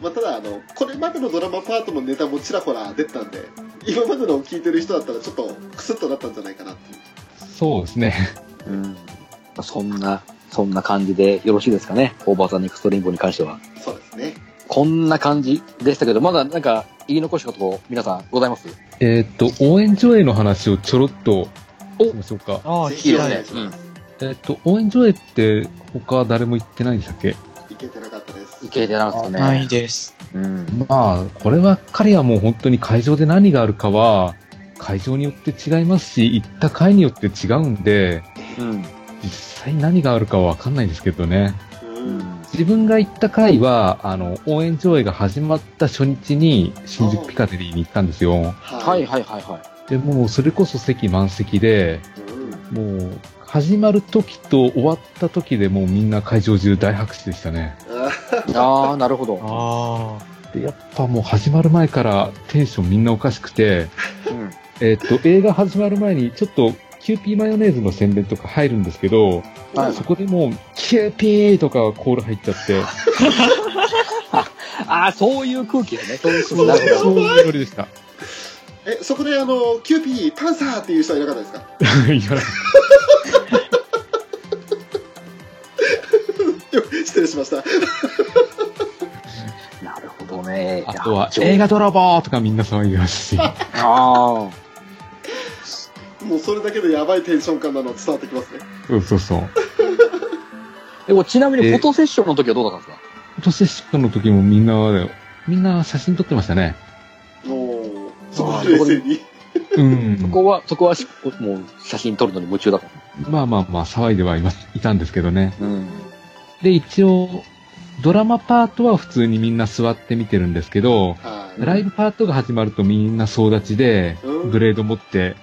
D: まあ、ただあのこれまでのドラマパートのネタもちらほら出てたんで今までのを聞いてる人だったらちょっとクスッとなったんじゃないかなっていう
B: そうですね。
A: うん。そんな、そんな感じでよろしいですかね。オーバーザネクストリンボに関しては。
D: そうですね
A: こんな感じでしたけど、まだなんか言い残したこと皆さんございます
B: えーっと、応援上映の話をちょろっと
A: お
B: しましょうか。
C: ああ、
D: ぜ
C: 聞
D: ひ
C: き
D: お
C: た
D: 願
C: い
D: い。します、
B: えーっと、応援上映って他誰も言ってないんでしたっけ
D: いけてなかったです
A: いけてなかったね。
C: ないです。
A: うん。
B: まあ、これは彼はもう本当に会場で何があるかは、会場によって違いますし、行った回によって違うんで、
A: うん。
B: 実際何があるかはわかんないんですけどね。
D: うん
B: 自分が行った回は、あの、応援上映が始まった初日に新宿ピカデリーに行ったんですよ。
D: は
A: はい
D: い、
A: はいはいは
B: で、もうそれこそ席満席で、
D: うん
B: もう、始まる時と終わった時でもうみんな会場中大拍手でしたね。
D: あ
A: ああ、なるほど。
C: あ
B: で、やっぱもう始まる前からテンションみんなおかしくて、
A: うん。
B: えっと、映画始まる前にちょっと、キューピーマヨネーズの宣伝とか入るんですけど、
A: はい
B: そこでもう、キューピーとかコール入っちゃって、
A: ああ、そういう空気だね。そういう
B: そう
A: なるほど。
B: いうノリでした。
D: え、そこであの、キューピー、パンサーっていう人はいなかったですか
B: いや
D: よ失礼しました。
A: なるほどね。
B: あとは、
A: いや
B: 映画泥棒とかみんな騒いでましたし、
A: ああ。
D: もうそれだけでやばいテンション感なの伝わってきますね。
B: そうそうそう。
A: でもちなみに
B: え
A: フォトセッションの時はどうだったんですか
B: フォトセッションの時もみんなで、みんな写真撮ってましたね。
D: もう、そこ
A: あー
D: 冷静に。
B: うん
A: そ。こは、そこはしもう写真撮るのに夢中だった。
B: まあまあまあ、騒いではいますいたんですけどね。
A: うん。
B: で、一応、ドラマパートは普通にみんな座って見てるんですけど、
D: はい。
B: ライブパートが始まるとみんな総立ちで、
D: うん
B: ブレード持って、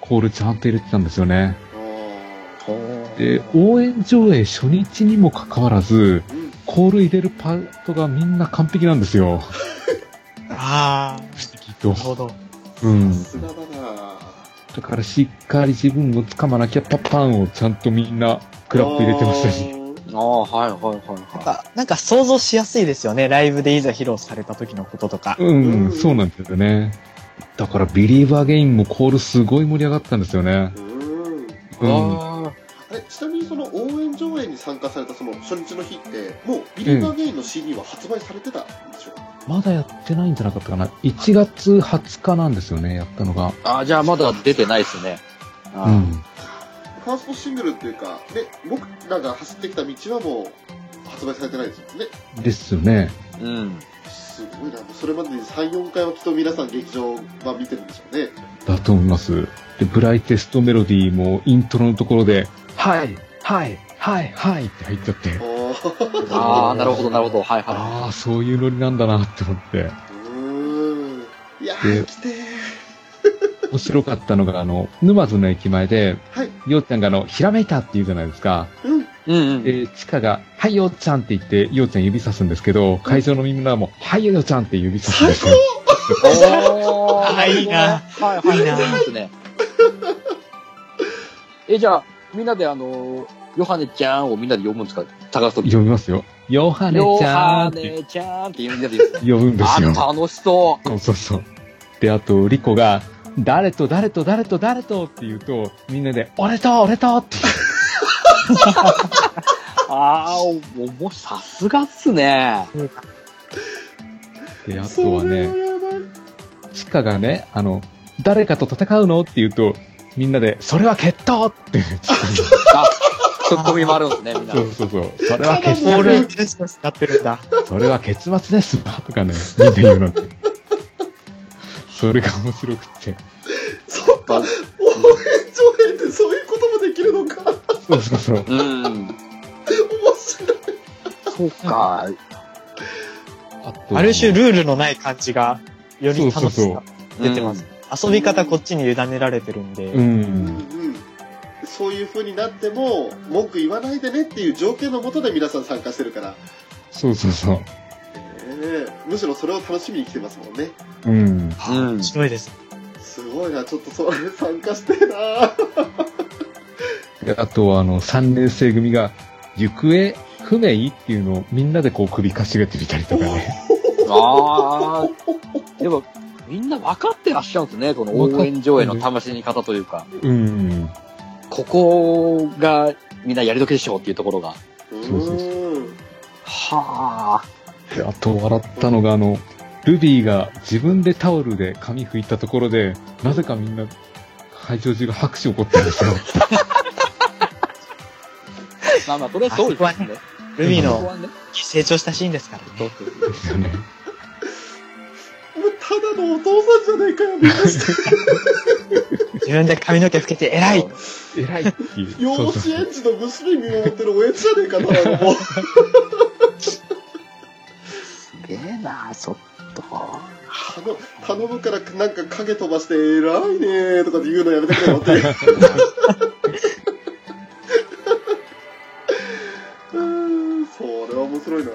B: コールちゃんと入れてたんですよね。
D: あ
B: で、応援上映初日にもかかわらず、
D: ーうん
B: コール入れるパートがみんな完璧なんですよ。
C: あ。ああ。
B: きっ
C: な
B: と
C: る。ほど。
B: うん。
D: さすがだな
B: だからしっかり自分をつかまなきゃパパンをちゃんとみんなクラップ入れてましたし。。
A: ああ、はいはいはい
C: なん
A: は
C: か、なんか想像しやすいですよね。ライブでいざ披露された時のこととか。
B: うん、そうなんですよね。だからビリーバーゲインもコールすごい盛り上がったんですよね
D: あ。ーうん。
A: い。
B: うん。
A: あ
D: あれ、ちなみにその応援上映に参加されたその初日の日って、もうビリーバーゲインの CD は発売されてたんでしょうか、
B: まだやってないんじゃなかったかな。1月20日なんですよね、やったのが。
A: あ。ああ、じゃあまだ出てないですね。
B: う
A: あ
B: ん。
D: ファーストシングルっていうか、で、僕らが走ってきた道はもう発売されてないですもんね。
B: ですよね。
A: あ。うん。
D: すごいな。それまでに3、4回はきっと皆さん劇場版見てるんでしょうね。
B: だと思います。で、ブライテストメロディーもイントロのところで、はい、はい、はい、はいって入っちゃって。
D: あ
A: ああ、なるほどなるほど。はいはい。
B: ああ、そういうノリなんだなって思って。
D: あ。うーん。いや
B: で
D: ー、来てー。
B: 面白かったのが、あの、沼津の駅前で、
D: はい。
B: ようちゃんがあの、ひらめいたって言うじゃないですか。
D: うん。
A: うんう
B: え
A: ん。
B: ー、チカが、はい、ようちゃんって言って、ようちゃん指さすんですけど、会場のみんなも、はい、ようちゃんって指さすんですよ。
A: おー
C: あいいな
A: はいはい。
C: いいな
A: ですね。え、じゃあ、みんなであの、ヨハネちゃんをみんなで呼ぶんですか探すとき。
B: 呼びますよ。ヨハネ
A: ヨ
B: ちゃん
A: ハ
B: って
A: ネちゃんってみんなで言うんですね。
B: 呼ぶんですよ。
A: あ、楽しそ
B: そうそうそう。で、あと、リコが、誰と誰と誰と誰とって言うと、みんなで、俺と俺とって
A: う。ああ、おも、さすがっすね。
B: 言って、あとはね
D: そ、れはやばい
B: チカがね、あの、誰かと戦うのって言うと、みんなで、それは決闘って、チカが
A: あ、ツッコミもあるんですね、みんな。
B: そうそう そう。それは
C: オ
B: 決
C: ールインテレスになってるんだ。
B: それは結末ですわとかね、みんな言うのって。それが面白くって。
D: そっか。応援上映ってそういうこともできるのか。面
B: そうそうそう。
A: うん。
D: 白い。
A: そうか。
B: あと
C: ある種ルールのない感じが、より楽
B: そう
C: し
B: そう
C: さ
B: そ
C: 出てます。遊び方こっちに委ねられてるんで。
B: う
D: うん
B: ん。
D: うん。そういう風になっても、文句言わないでねっていう条件のもとで皆さん参加してるから。
B: そうそうそう。
D: ええむしろそれを楽しみに来てますもんね。
B: うん。
A: うん。うん
C: 面白いです。
D: すごいな、ちょっとそれ参加してえな。
B: であとは、あの、3年生組が、行方不明っていうのをみんなでこう首かしげてみたりとかね。
A: ああ。でも、みんな分かってらっしゃるんですね、この応援上映の楽しみ方というか。
B: うん。
A: ここがみんなやり時でしょうっていうところが。
D: う
B: そうそうそ
D: ーん。
A: はあ。
B: であと笑ったのが、あの、ルビーが自分でタオルで髪拭いたところで、なぜかみんな、会場中が拍手起こってるんです よ。
A: まあまあ、それはそうですね。
C: ルビー
A: そこ
C: の
A: はね
C: 成長したシーンですからね。
B: ですよね。
D: もうただのお父さんじゃねえ かよ、みんなして。
C: 自分で髪の毛拭けて偉い。
B: 偉いっていう。
D: 幼
B: そう
D: 稚
B: そう
D: 園児の娘見守ってる親父じゃねえかな、ただのもう。
A: すげえな、ちょっと。
D: 頼頼 むからなんか影飛ばして偉いねーとかって言うのやめてくれよって。面白いな。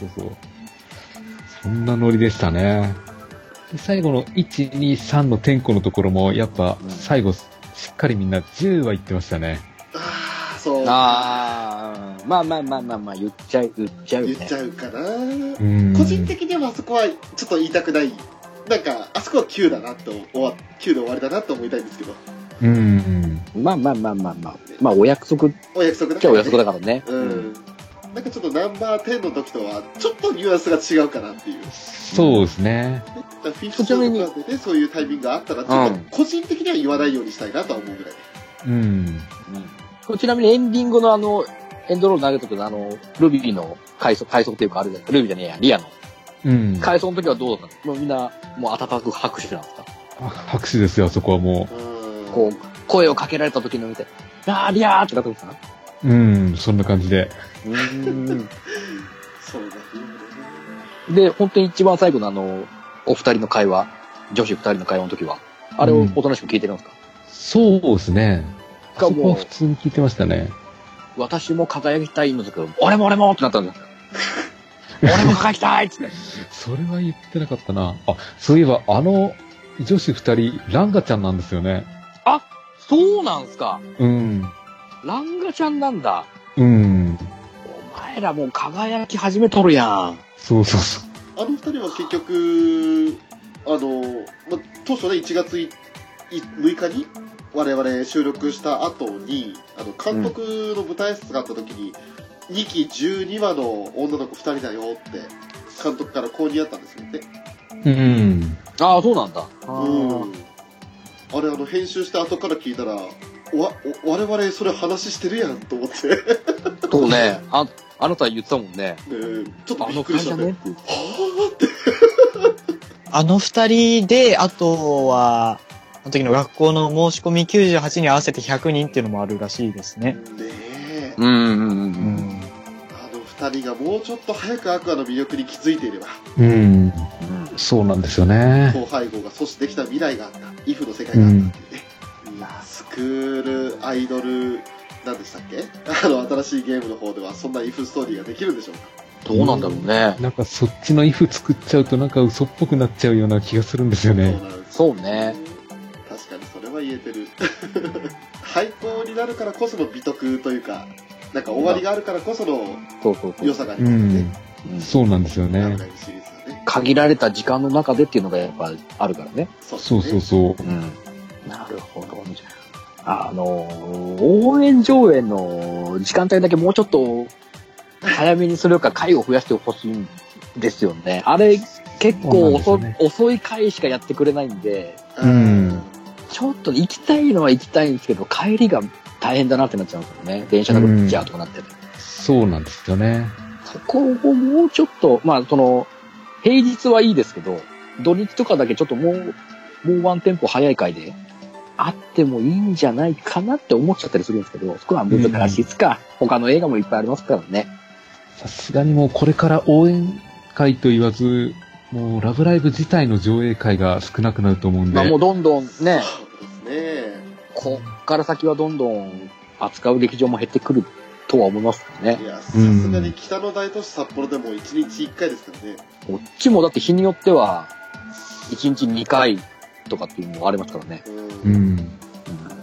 B: そうそう。そんなノリでしたね。で最後の1、2、3の点呼のところも、やっぱ
A: うん
B: 最後、しっかりみんな10は言ってましたね。
D: ああ、そう。
A: ああ、まあまあまあまあまあ、言っちゃう、言っちゃうね。
D: 言っちゃうかな。
B: うん。
D: 個人的にはあそこはちょっと言いたくない。なんか、あそこは9だなと、終わ、9で終わりだなと思いたいんですけど。
B: うん。
A: まあまあまあまあまあ。まあ、お約束っ
D: お約束だ
A: ちゃお約束だからね。
D: うん。なんかちょっとナンバー10の時とは、ちょっとニュアンスが違うかなっていう。
B: そうですね。
D: だからフィッシュとかでね、そういうタイミングがあったら、ちょっ
A: うん
D: と個人的には言わないようにしたいなとは思うぐらい。
B: うん。
A: うんちなみにエンディングのあの、エンドロール投げた時のあの、ルビーの回想、回想っていうかあれだよ。ルビーじゃねえや、リアの。
B: うん。
A: 回想の時はどうだったのもうみんな、もう温かく拍手なんですか
B: あ拍手ですよ、あそこはも
D: うん。
A: こう、声をかけられた時の見て、あーリアーってなってましたう
B: う。うん、そんな感じで。
A: ーん。
D: そうだね。
A: で、本当に一番最後のあの、お二人の会話、女子二人の会話の時は、あれをおとなしく聞いてるんですか、
B: そうですね。あ
A: が
B: そこ
A: も
B: は
A: う
B: 普通に聞いてましたね。
A: 私も輝きたいんですけど、俺も俺もってなったんです よ。俺も輝きたいっつって。
B: それは言ってなかったな。あ、そういえば、あの女子二人、ランガちゃんなんですよね。
A: そうなんすか。
B: うん。
A: ランガちゃんなんだ。
B: うん。
A: お前らもう輝き始めとるやん。
B: そうそうそう。
D: あの二人は結局、あの、ま、当初ね、1月いい6日に、我々収録した後に、あの、監督の舞台挨拶があった時に、2期12話の女の子2人だよって、監督から購入あったんですよね。
B: うん。
A: ああ、そうなんだ。
D: うん。あれ、あの、編集した後から聞いたら、わ、お我々それ話してるやんと思って、 ね
A: そうね。あ、あなた言ってたもんね。
D: えちょっと
A: あ
D: びっ
A: の
D: くり
A: 会
D: し
A: 社
D: た
A: ね
D: ね。
A: って言って。
D: はぁって。
C: あの二人で、あとは、あの時の学校の申し込み98に合わせて100人っていうのもあるらしいですね。
D: ねえ。
A: うんうんう
C: うんん。
D: あの二人がもうちょっと早くアクアの魅力に気づいていれば、
B: うん。
A: うん。
B: そうなんですよね。
D: 後輩号が阻止できた未来があった、イフの世界があったっていうね。いや、スクールアイドル、なんでしたっけ あの、新しいゲームの方では、そんなイフストーリーができるんでしょうか
A: どうなんだろうね。
B: なんかそっちのイフ作っちゃうとなんか嘘っぽくなっちゃうような気がするんですよね。
D: そうなんです
A: そうね。
D: 確かにそれは言えてる。 廃校になるからこその美徳というか、なんか終わりがあるからこその
A: そうそうそう
D: 良。さがあり
B: う
D: ますよ
B: ん
D: ね。。
A: うん
B: そうなんですよ
D: ラブ
B: ね。
D: ライブシリーズはね。
A: 限られた時間の中でっていうのがやっぱあるからね。
D: そ
B: そう
D: です
B: そ
D: ね
B: うそう。
A: うん。なるほど。あの、応援上映の時間帯だけもうちょっと早めにそれよりか回を増やしてほしいんですよね。あれ、結
B: そう
A: 構
B: なんで
A: 遅,、
B: すよね
A: 遅い回しかやってくれないんで、
B: うん
A: ちょっと行きたいのは行きたいんですけど、帰りが大変だなってなっちゃうんですよね。電車の
B: うん
A: ジャーとかなってて。
B: そうなんですよね。
A: そこをもうちょっと、まあその、平日はいいですけど、土日とかだけちょっともう、もうワンテンポ早い回で、あってもいいんじゃないかなって思っちゃったりするんですけど、そこは難しいっすか。他の映画もいっぱいありますからね。
B: さすがにもうこれから応援会と言わず、もうラブライブ自体の上映会が少なくなると思うんで。
A: まあもうどんどんね、
D: そうですね。
A: こっから先はどんどん扱う劇場も減ってくるとは思いますね
D: い。や、さすがに北の大都市札幌でも一日一回ですからね。
A: こっちもだって日によっては、1日2回とかっていうのもありますからね。
D: う
B: うんん。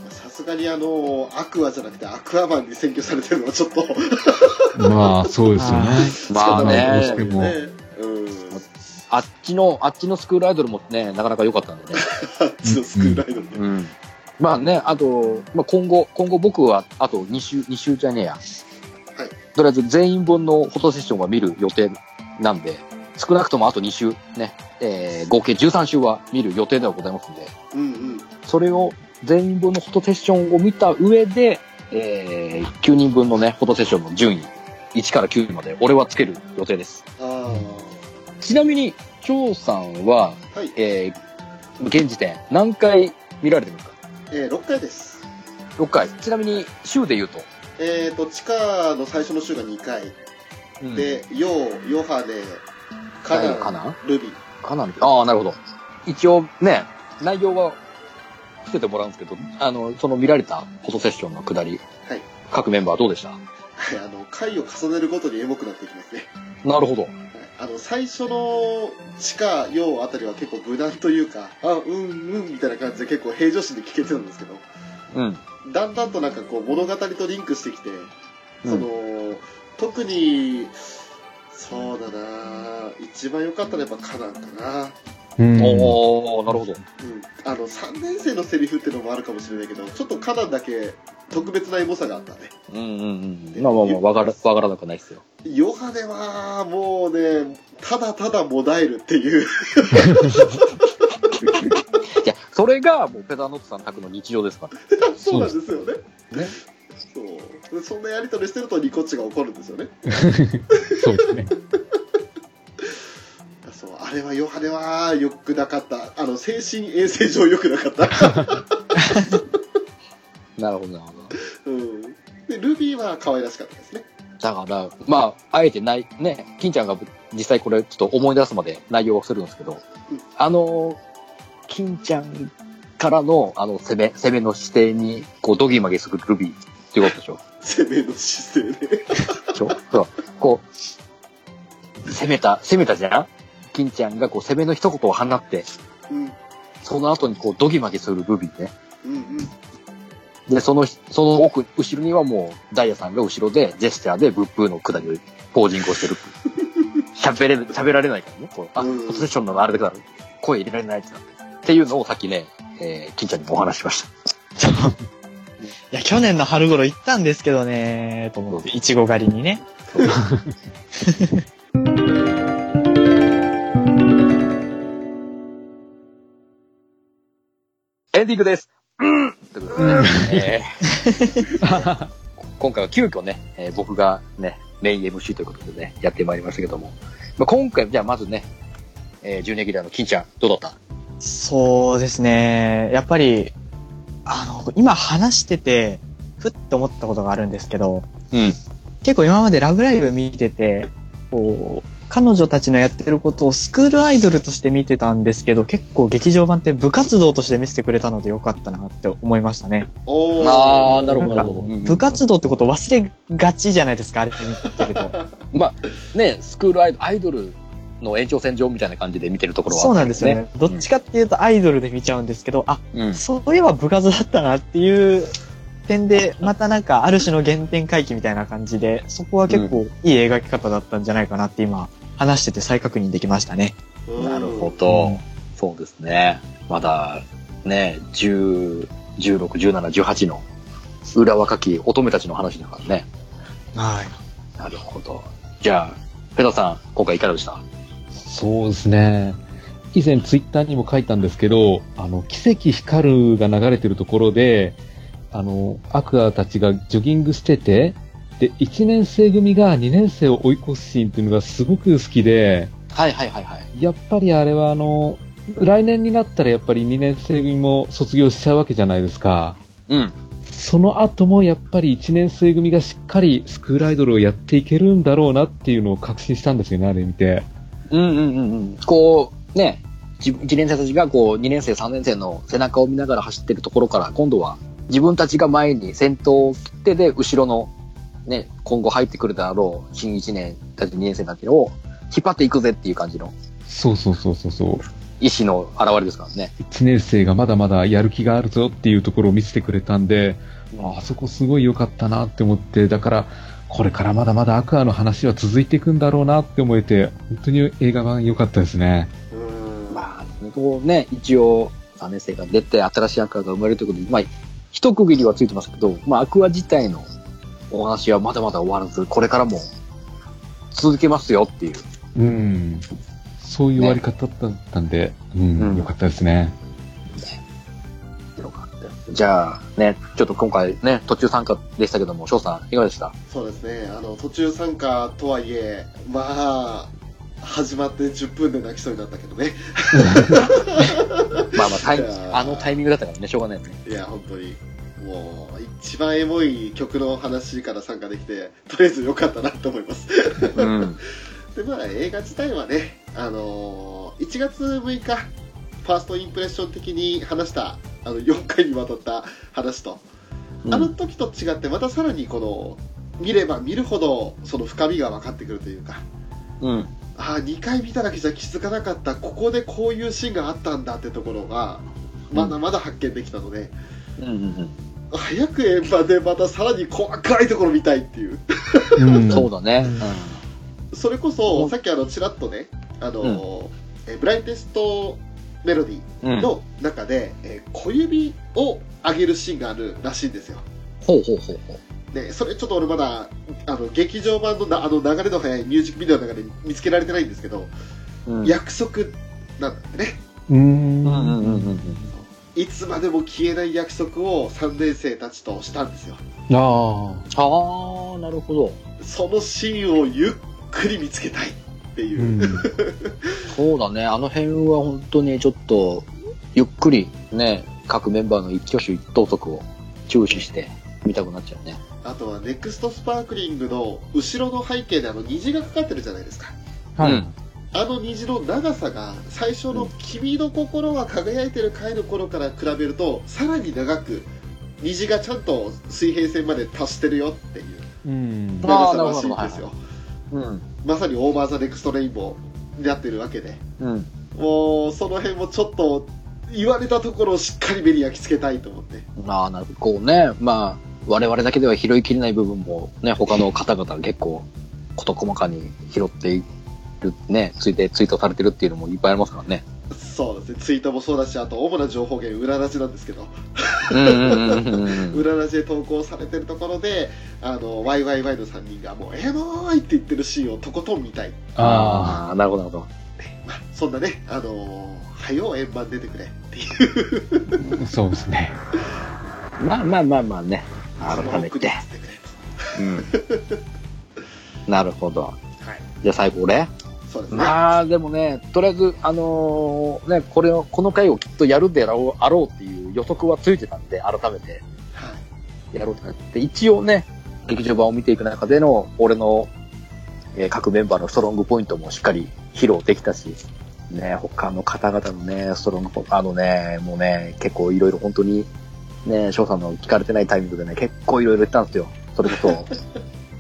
D: さすがにあの、アクアじゃなくてアクアマンに占拠されてるのはちょっと、
B: まあ、そうですよね。
A: まあね
D: 仕方ないもんねうん。
A: あっちの、あっちのスクールアイドルもね、なかなか良かったんでね。
D: あっちのスクールアイドルね
A: うん。まあね、あと、まあ、今後、今後僕は、あと2週、2週じゃねえや。とりあえず全員分のフォトセッションは見る予定なんで、少なくともあと2週、ね、えー、合計13週は見る予定ではございますんで、
D: うんうん。
A: それを、全員分のフォトセッションを見た上で、えー、9人分のね、フォトセッションの順位、1から9まで、俺はつける予定です。
D: あ
A: ちなみに、張さんは、
D: あ。はい。
A: えー、現時点、何回見られてるんですか
D: えー、6回です。
A: 6回。ちなみに、週で言うと。
D: えーと、地下の最初の週が2回。で、ヨウ、ヨハネ、カ
A: かな
D: ナ
A: か
D: ン、
A: な
D: ルビ。
A: かなああ、なるほど。一応ね、内容は伏せてもらうんですけど、あの、その見られたフォトセッションのくだり、
D: はい
A: 各メンバーどうでした
D: はい、あの、回を重ねるごとにエモくなっていきますね。
A: なるほど。
D: はいあの、最初の地下、陽あたりは結構無難というか、あ、うん、うん、みたいな感じで結構平常心で聞けてたんですけど、
A: うん。
D: だんだんとなんかこう物語とリンクしてきて、
A: うん
D: その、特に、そうだな一番良かったのはやっぱカナンかな
B: うん。
A: おー、なるほど。
D: うん、あの3年生のセリフってのもあるかもしれないけどちょっとカナンだけ特別なエモさがあったね
A: うんうんうん。まあまあまあ、わから、わからなくないっすよ。
D: ヨハネはもうねただただもだえるっていう
A: いや、それがもうペダノットさん宅の日常ですから。
D: そうなんですよね
A: ね
D: そうでそんなやり取りしてるとニコッチが怒るんですよね
B: そうですね。
D: そうあれはヨハネは良くなかったあの精神衛生上良くなかった
A: なるほど、なるほど。
D: うんでルビーは可愛らしかったですね
A: だから、まあ、あえてない、ね、金ちゃんが実際これちょっと思い出すまで内容をするんですけど
D: うん、
A: あの、金ちゃんからの、あの、攻め、攻めの姿勢に、こう、ドギマギするルビーっていうことでしょ
D: 攻めの姿勢で
A: でしょそう。こう、攻めた、攻めたじゃん金ちゃんがこう、攻めの一言を放って、
D: うんうん
A: その後にこう、ドギマギするルビーね。
D: うん
A: で、その、その奥、後ろにはもう、ダイヤさんが後ろで、ジェスチャーで、ブッブーの下りを、ポージングをしてるっていう。喋れ、喋られないからね。こうあ、ポ
D: うん
A: ジションなのあれだから、声入れられないってなっていうのをさっきね、えー、金ちゃんにもお話ししました。
C: そう。いや、去年の春頃行ったんですけどね、と思って、いちご狩りにね。
A: エンディングです。うんということでね、えー今回は急遽ね、えー僕がね、メイン MC ということでね、やってまいりましたけども、まあ、今回、じゃあまずね、えー、ジュニアギラーの金ちゃん、どうだっ
C: そうですね、やっぱり、あの、今話してて、ふっと思ったことがあるんですけど、
A: たうん。
C: 結構今までラブライブ見てて、こう、彼女たちのやってることをスクールアイドルとして見てたんですけど、結構劇場版って部活動として見せてくれたのでよかったなって思いましたね。
D: おー
A: あーなるほど
C: なんか部活動ってこと忘れがちじゃないですか、あれって見てると。
A: ね、スクールアイドルアイドルの延長線上みたいな感じで見てる ところは、
C: そうなんですよね。どっちかっていうとアイドルで見ちゃうんですけど、あ、
A: うん。
C: そういえば部活だったなっていう点で、またなんかある種の原点回帰みたいな感じで、そこは結構いい描き方だったんじゃないかなって今、話してて再確認できましたね。
D: うん
A: なるほど、そうですね。まだ、ね、10、16、17、18の裏若き乙女たちの話だからね。
C: はい。
A: なるほど。じゃあ、ペダさん、今回いかがでした
B: そうですね。以前ツイッターにも書いたんですけど、あの、奇跡光るが流れてるところで、あの、アクアたちがジョギングしてて、で、1年生組が2年生を追い越すシーンっていうのがすごく好きで、
A: はいはいはいはい。
B: やっぱりあれはあの、来年になったらやっぱり2年生組も卒業しちゃうわけじゃないですか。
A: うん。
B: その後もやっぱり1年生組がしっかりスクールアイドルをやっていけるんだろうなっていうのを確信したんですよね、あれ見て。
A: うんうんうんうん。こう、ね、じ一年生たちがこう、二年生、三年生の背中を見ながら走ってるところから、今度は自分たちが前に先頭を切ってで、後ろの、ね、今後入ってくるだろう、新一年たち、二年生たちを引っ張っていくぜっていう感じの
B: そうそうそうそうそう。
A: 意思の表れですからね。
B: 1年生がまだまだやる気があるぞっていうところを見せてくれたんで、ああそこすごい良かったなって思って、だから、これからまだまだアクアの話は続いていくんだろうなって思えて、本当に映画版良かったですね。
D: うん
A: まあ、こうね、一応、3年生が出て、新しいアクアが生まれるということで、まあ、一区切りはついてますけど、まあ、アクア自体のお話はまだまだ終わらず、これからも続けますよっていう。
B: うん。そういう終わり方だったんで、うん、
A: うん
B: 良かったですね。
A: よかったですじゃあ、ね、ちょっと今回ね、途中参加でしたけども、翔さん、いかがでした
D: そうですね、あの途中参加とはいえ、まあ、始まって10分で泣きそうになったけどね、
A: まあまあ、タイ
D: いやー
A: あのタイミングだったからね、しょうがないよね。
D: いや、本当に、もう、一番エモい曲の話から参加できて、とりあえず良かったなと思います。
A: うん。
D: で、まあ、映画自体はね、あのー1月6日、ファーストインプレッション的に話した、あの4回にわたった話と、あの時と違って、またさらにこの、見れば見るほど、その深みが分かってくるというか、
A: うん。
D: ああ、2回見ただけじゃ気づかなかった、ここでこういうシーンがあったんだってところが、まだまだ発見できたので、
A: うんうん
D: 早く円盤でまたさらに細かいところ見たいっていう。
B: うん
A: うん。そうだね。
D: それこ
A: う
D: そ、
A: ん
D: さっきあの、ちらっとね、あの、えブラインテストメロディ
A: うん。うん。
D: の中で、えー小指を上げるシーンがあるらしいんですよ。
A: ほうほうほうほう。
D: で、それちょっと俺まだ、あの、劇場版のなあの流れの速いミュージックビデオの中で見つけられてないんですけど、
A: うん
D: 約束なんだってね。
B: うーん。
A: うんうんうんうん
D: いつまでも消えない約束を3年生たちとしたんですよ。
B: あ
A: ああ、なるほど。
D: そのシーンをゆっくり見つけたいって
B: あ。
D: いうう。
B: ん。
A: そうだね。あの辺は本当にちょっと、ゆっくりね、各メンバーの一挙手一投足を注視して見たくなっちゃうね。
D: あとは、ネクストスパークリングの後ろの背景であの虹がかかってるじゃないですか。
B: はい。
A: うん
D: あの虹の長さが最初の君の心が輝いてる回の頃から比べるとさらに長く虹がちゃんと水平線まで達してるよっていう
B: うん。
A: あ
D: 長
A: ー
D: さらしいん
A: なるほど
D: ですよ、
A: うん。
D: まさにオーバーザネクストレインボーになってるわけで
A: うん。
D: もうその辺もちょっと言われたところをしっかり目に焼き付けたいと思って
A: まあ、なるこうね、まあ、我々だけでは拾いきれない部分もね、他の方々結構、事細かに拾っている、ね、ついてツイートされてるっていうのもいっぱいありますからね。
D: そうですねツイートもそうだしあと主な情報源裏ラジなんですけど
A: うんうんうんうん。
D: 裏ラジで投稿されてるところであの YYY の3人がもう「エモーい!」って言ってるシーンをとことん見たい
B: ああ。
A: あー、なるほどなるほ
D: まあ、そんなね、あのー、はよ円盤出てくれっていう、
B: そうですね。
A: ど。まあまあまあまあね。
D: 浜
A: 改め
D: 奥
A: て
D: で。出てくれ
A: うん。なるほど。
D: と。はい。
A: じゃあ最後俺
D: そうですね。
A: まあでもね、とりあえず、あのーね、これを、この回をきっとやるであろう、あろうっていう予測はついてたんで、改めて
D: はい。
A: やろうってなって、一応ね、劇場版を見ていく中での、俺の、えー各メンバーのストロングポイントもしっかり披露できたし、ね、他の方々のね、ストロングポイント、あのね、もうね、結構いろいろ本当に、ね、翔さんの聞かれてないタイミングでね、結構いろいろ言ったんですよ。それこそ、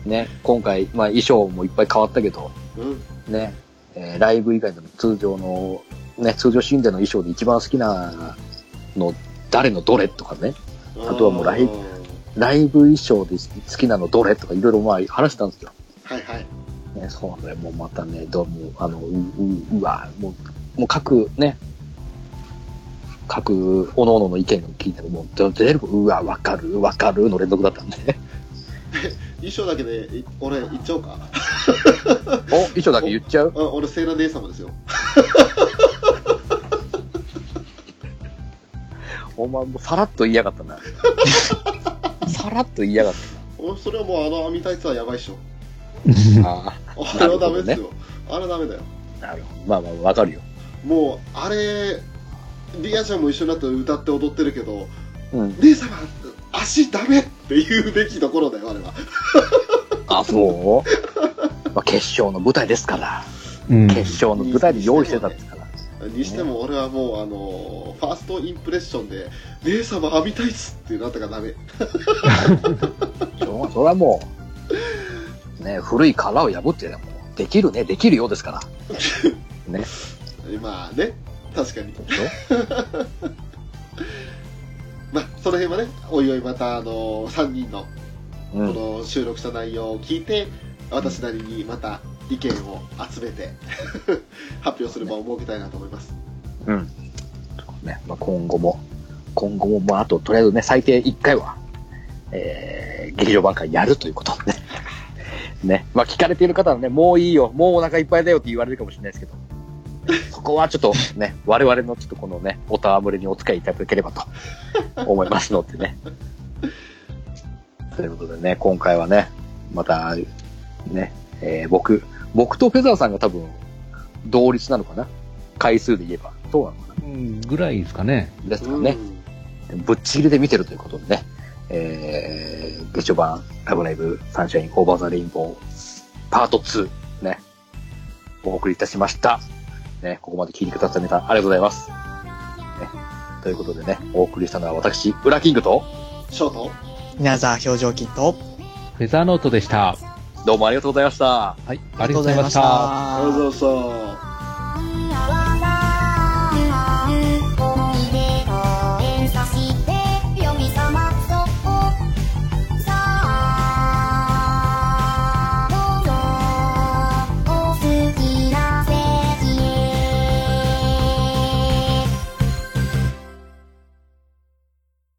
A: ね、今回、まあ衣装もいっぱい変わったけど、
D: うん。
A: ね、えーライブ以外の通常の、ね、通常シーンでの衣装で一番好きなの、誰のどれとかね、あとはもうライブ
D: ん
A: ライブ衣装で好きなのどれとかいろいろまあ話したんですよ。
D: はいはい。
A: ね、そうなんだよ。もうまたね、どうも、あの、う、う、うわ、もう、もう各ね、各、各々の意見を聞いても、もう、ど出る、うわ、わかる、わかるの連続だったんで。
D: 衣装だけで、い俺、いっちゃおうか。
A: お、衣装だけ言っちゃう
D: あ俺、セーラー姉様ですよ。
A: お前もうさらっと言いやがった な。さらっと言いやがっ
D: おそれはもう、あの網タイツはやばいっしょ。
A: たな。
D: あ
A: な
D: れ
A: るほ
D: はダ
A: ど
D: メ
A: ね
D: ですよ。あれはダメだよ。
A: なるほど。まあまあ、わかるよ。
D: もう、あれ、リアちゃんも一緒になって歌って踊ってるけど、
A: うん。
D: 姉様、足ダメっていうべきところだよ、あれは。
A: あ、そう、まあ、決勝の舞台ですから。
B: うん。
A: 決勝の舞台で用意してたんですから。
D: にしても俺はもうあのファーストインプレッションで「姉様浴びたいっす」ってなったからダメ
A: しょうがそれはもう、ね、古い殻を破ってでも、できるね、できるようですから。ね。
D: まあね確か
A: で
D: に
A: しょ
D: まあその辺はねおいおいまたあの3人の
A: う
D: こ
A: ん。
D: の収録した内容を聞いて私なりにまた意見を集めて 発表する場を設けたいなと思います
A: うん。ね、まあ、今後も、今後も、まあ、あと、とりあえずね、最低1回は、えー、劇場版会やるということね。 ね。まあ、聞かれている方はね、もういいよ、もうお腹いっぱいだよって言われるかもしれないですけど、そこはちょっとね、 我々のちょっとこのね、おたわむれにお使いいただければと思いますのでね。ということでね、今回はね、また、ね、えー僕、僕とフェザーさんが多分、同率なのかな回数で言えば。どうなのかな
B: うんぐらいですかね。
A: ですからね、ぶっちぎりで見てるということでね、えー、劇場版、ラブライブ、サンシャイン、オーバーザレインボー、パート2、ね、お送りいたしました。ね、ここまで聞いてくださった皆さん、ありがとうございます。ね、ということでね、お送りしたのは私、ウラキングと、
D: ショート
C: 稲沢表情筋と、
B: フェザーノートでした。
E: どうもありがとうございました。
B: はい、
A: あ
B: あ
A: り
B: り
A: がとうござ
B: がとうござ
A: い
B: い
A: ま
B: ま
A: し。
B: したた。
C: ありがとうございました。